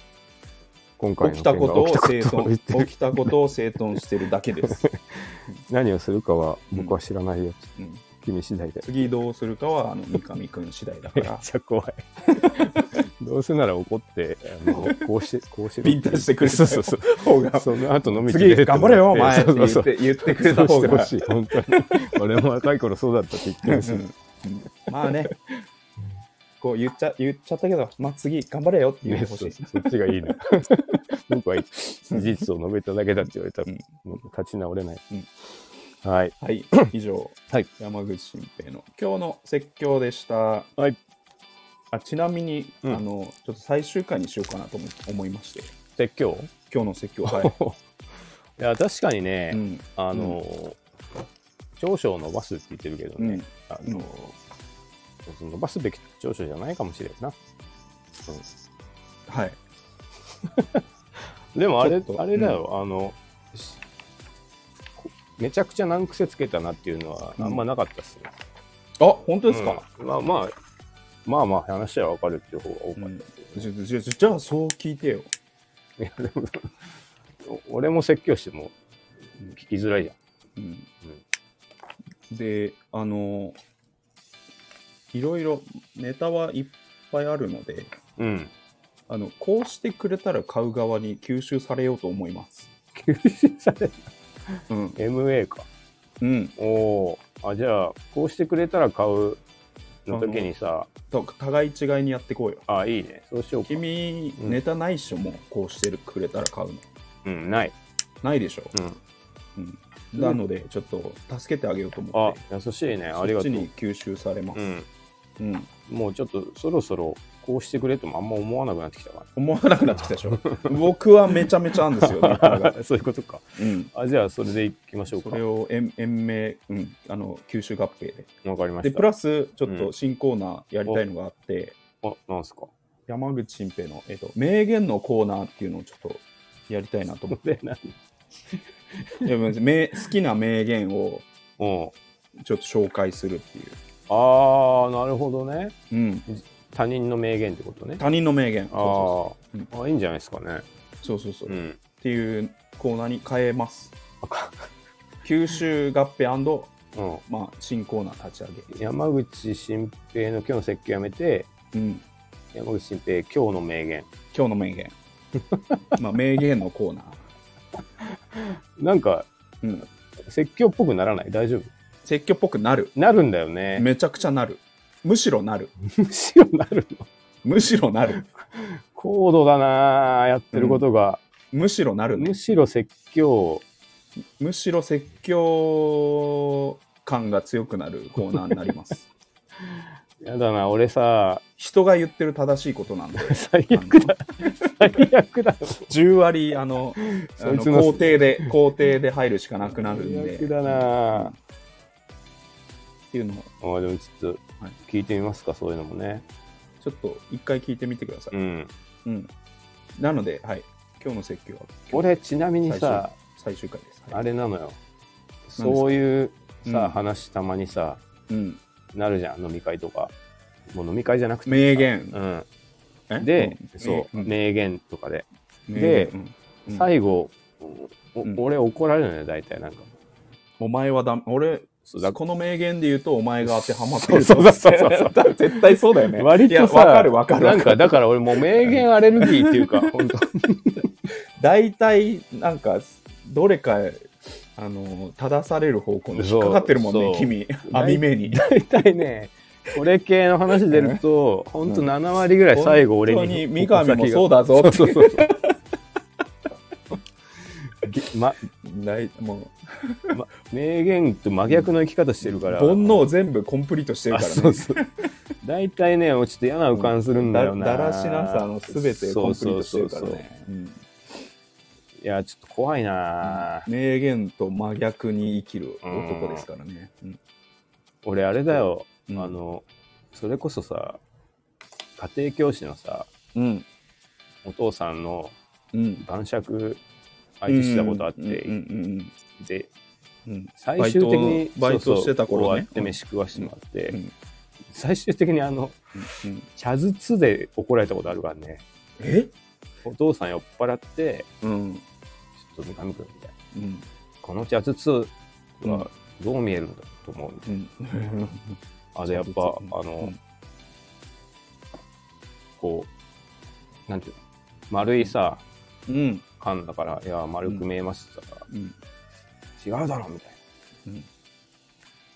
S2: 今回
S1: 起
S2: の
S1: きたことを
S2: 件が
S1: 整
S2: 起きたことを言
S1: 頓、
S2: ってる
S1: 起きたことを整頓してるだけです。
S2: 何をするかは僕は知らないよ、
S1: うん
S2: 君次第で
S1: 次どうするかは、あの、三上くん次第だか
S2: めっ
S1: ら、
S2: ちゃ
S1: *laughs*
S2: 怖いどうせなら怒ってあの
S1: *laughs*
S2: こうしてこうして
S1: ビンタしてくれた
S2: そうそう
S1: *laughs*
S2: そ
S1: 方
S2: う
S1: が、
S2: その後飲み
S1: 次頑張れよ、お前っ
S2: そう
S1: て言
S2: そうそ
S1: っ *laughs*
S2: う
S1: て、言ってくれ
S2: そ
S1: た
S2: う
S1: 方
S2: してほ
S1: が。
S2: しい本当に俺も若い頃そうだったって言
S1: *laughs*
S2: ってるし
S1: うんまあね、こう言っちゃ言っちゃったけど、まあ次頑張れよって言ってほしい。
S2: ねそそっちがいいな。 *laughs* 僕は事実を述べただけだって言われたら、もう立ち直れない。はい。
S1: *coughs* はい、以上、
S2: はい
S1: 山口新平の今日の説教でした。
S2: はい。
S1: あちなみに、
S2: うん
S1: あのちょっと最終回にしようかなと思思いまして、
S2: 説教
S1: 今日の説教、はい。
S2: いや、確かにね、
S1: うん、
S2: あのー、長所を伸ばすって言ってるけど
S1: う
S2: ね、
S1: ん、
S2: あのー伸ばすべき長所じゃないかもしれんな。
S1: はい。
S2: でもあれ
S1: ちょっ、と
S2: あれだよ、あの、しこめちゃくちゃ難癖つけたなっていうのはあんまなかったっすね。
S1: あ本当ですか、
S2: うんまあまあ、まあまあ話はわかるっていう方が多かった。
S1: うんじゃじゃじゃじゃあそう聞いてよ。
S2: いやでもお俺も説教しても聞きづらいじゃん。
S1: うんであのいろいろネタはいっぱいあるので
S2: うん。 *laughs*
S1: あのこうしてくれたら買う側に吸収されようと思います。
S2: 吸収され
S1: うん
S2: MA か。
S1: うん、
S2: おお。あじゃあこうしてくれたら買うの時にさ
S1: と互い違いにやってこうよ。
S2: あいいねそうしようか。
S1: 君、
S2: うん
S1: ネタないっしょもうこうしてくれたら買うの。
S2: うんない。
S1: ないでしょ。
S2: うん。
S1: うん、なのでちょっと助けてあげようと思
S2: あ
S1: って。
S2: 優しいねあり
S1: そ
S2: が
S1: っ
S2: と
S1: ち
S2: う。
S1: に吸収されま
S2: う
S1: す。
S2: ん。
S1: うん
S2: もうちょっとそろそろこうしてくれともあんま思わなくなってきたか
S1: 思わなくなってきたでしょ。僕はめちゃめちゃあんですよ、ネタが。 *laughs*
S2: ら。そういうことか。
S1: うん、
S2: あじゃあそれでいきましょうか
S1: そ。れを延延命、うん、あの吸収合併で。
S2: わかりま
S1: で、
S2: し
S1: プ
S2: た。
S1: ラスちょっと新コーナーやりたいのがあって。
S2: あなんすか。
S1: 山口新平の、えっと、名言のコーナーっていうのをちょっとやりたいなと思っ
S2: で何
S1: ていや名好きな名言を
S2: うん。
S1: ちょっと紹介するっていう、
S2: ああなるほどね。
S1: うん、
S2: 他人の名言ってことね。
S1: 他人の名言
S2: あー
S1: そう
S2: あ、いいんじゃないですかね。
S1: そうそうそうそう、
S2: う
S1: っ
S2: ん。
S1: ていうコーナーに変えます
S2: あか
S1: 九州合併
S2: うん、 *laughs*
S1: まあ新コーナー立ち上
S2: 山口新平の今日の説教やめて、
S1: げ、うん、
S2: 山口新平今日の名言。
S1: 今日の名言まあ名言のコーナー、
S2: なんか
S1: うん、
S2: 説教っぽくならない大丈夫
S1: 説教っぽくなる
S2: なるんだよね。
S1: めちゃくちゃなるむしろなる
S2: むしろなるの。
S1: むしろなる
S2: 高度だなあやってることが。
S1: むしろなるね
S2: むしろ説教、
S1: むしろ説教感が強くなるコーナーになり
S2: *laughs*
S1: ます。
S2: やだな、俺さ、
S1: 人が言ってる正しいことなんで、
S2: 最
S1: あの
S2: 悪だ、最悪だ。
S1: 10割あのあ
S2: *laughs* そい
S1: の
S2: つの
S1: 工程で工程で入るしかなくなるんで、
S2: 最悪だなあ
S1: っていうのを
S2: あーでもちょっと
S1: はい
S2: 聞いてみますか、そういうのもね。
S1: ちょっと一回聞いてみてください。
S2: うん。
S1: うんなので、はい、今日の説教は今日
S2: 俺、ちなみにさ、
S1: 最終回です。はい
S2: あれなのよ。
S1: すか
S2: そういうさ、
S1: うん
S2: 話たまにさ、
S1: うん、
S2: なるじゃん、飲み会とか。もう飲み会じゃなくてさ。
S1: 名言、
S2: うん。
S1: え
S2: で、
S1: うん
S2: そう、
S1: うん
S2: 名言とかで。
S1: 名
S2: で
S1: 言うんうん
S2: 最後、お
S1: うん
S2: 俺怒られるのよ、大体なんか。
S1: お前はだめ俺
S2: そうだ
S1: この名言で言うとお前が当てはまってる
S2: そうそうそうそう
S1: 絶対そうだよね
S2: 割とさ、
S1: いやわかるわかる
S2: な
S1: わ
S2: ん
S1: か
S2: か、
S1: る
S2: だから俺もう名言アレルギーって
S1: *laughs*
S2: いうか、本当
S1: 大体なんかどれかあの正される方向に引っかかってるもん
S2: そう
S1: ね
S2: そう
S1: 君網目に
S2: 大体ね、これ系の話出ると、本当7割ぐらい最後俺
S1: 本当
S2: に。
S1: 三上もそう
S2: だ
S1: だぞって
S2: そうそうそう。げま、 *laughs*
S1: ないもう
S2: ま名言と真逆の生き方してるから。
S1: 煩悩全部コンプリートしてる
S2: あ
S1: からね
S2: そうそう。大体ね、ちょっと嫌な予感するんだよな。
S1: だらしなさの全てコンプリートしてるから
S2: そうそうそう
S1: ねうん
S2: そういや、ちょっと怖いな、
S1: 名言と真逆に生きる男ですからね、うん
S2: 俺、あれだよ、
S1: うん
S2: あの、それこそさ、家庭教師のさ、
S1: うん
S2: お父さんの
S1: うん
S2: 晩酌、相手したことあって、
S1: うんうんうん
S2: で、
S1: うんうん
S2: 最終的に
S1: バイト
S2: そうそう
S1: してた頃ね
S2: 終わって飯食わしてもらって、
S1: うん
S2: 最終的にあの
S1: うん
S2: 茶筒で怒られたことあるからね
S1: え
S2: お父さん酔っ払って
S1: うん
S2: ちょっと三上君みたいな
S1: うん
S2: この茶筒はどう見えるんだと思う、
S1: うん
S2: あれやっぱあの、
S1: うん
S2: こうなんていうの丸いさ
S1: うん
S2: 缶だからいや丸く見えますだから、
S1: うん
S2: 違うだろみたいな
S1: うん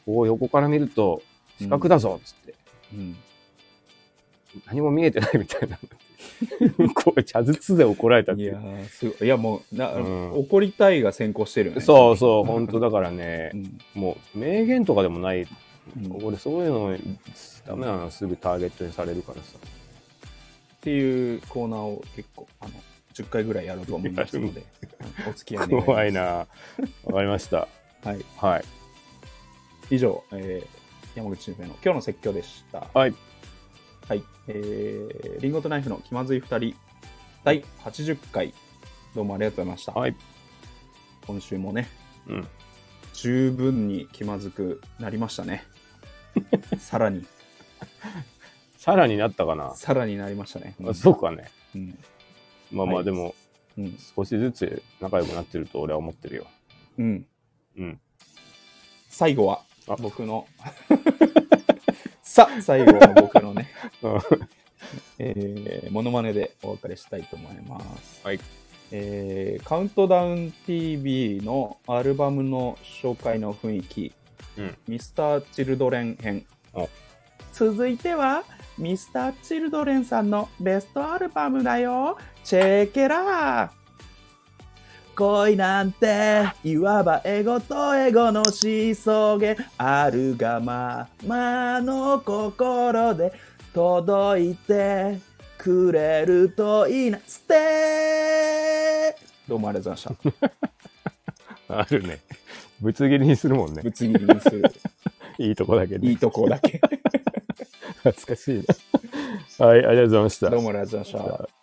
S2: こう横から見ると四角だぞっつって、
S1: うん
S2: 何も見えてないみたいな *laughs* こう茶筒で怒られたって
S1: い
S2: い
S1: や
S2: う
S1: ーすごいいやもうな、
S2: うん
S1: 怒りたいが先行してるよね
S2: そうそう、本当だからね
S1: う、ん
S2: もう名言とかでもない、
S1: うんっ
S2: 俺そういうのダメなのすぐターゲットにされるからさ。
S1: ていうコーナーを結構あの10回ぐらいやろうと思いますので *laughs* お付き合い願ます
S2: 怖いな。わかりました。
S1: はい
S2: はい。
S1: 以上、えー山口俊平の今日の説教でした
S2: はい。
S1: はい、えー、リンゴとナイフの気まずい2人第80回どうもありがとうございました、
S2: はい。
S1: 今週もね
S2: うん。
S1: 十分に気まずくなりました
S2: *laughs*
S1: ねさらに
S2: さらになったかな。
S1: さらになりましたね、
S2: あそうかね。
S1: うん
S2: まあま
S1: は
S2: あ
S1: い
S2: でも、
S1: うん
S2: 少しずつ仲良くなってると俺は思ってるよ。
S1: うん、 *laughs*
S2: うん。
S1: 最後は
S2: あ
S1: 僕の *laughs* さあ最後は僕のね、えー、モノマネでお別れしたいと思います、
S2: はい。
S1: えーカウントダウン TV のアルバムの紹介の雰囲気
S2: うん。
S1: ミスター・チルドレン編
S2: お
S1: 続いてはミスター・チルドレンさんのベストアルバムだよチェケラ恋なんていわばエゴとエゴのしそげあるがままの心で届いてくれるといいなステどうもありがとうございました
S2: あるね。ぶつ切りにするもんね
S1: ぶ。つ切りにする
S2: いいとこだけ
S1: い
S2: ね
S1: い。とこだけ *laughs*
S2: 懐かしいな。はい。ありがとうございました。
S1: どうもありがとうございました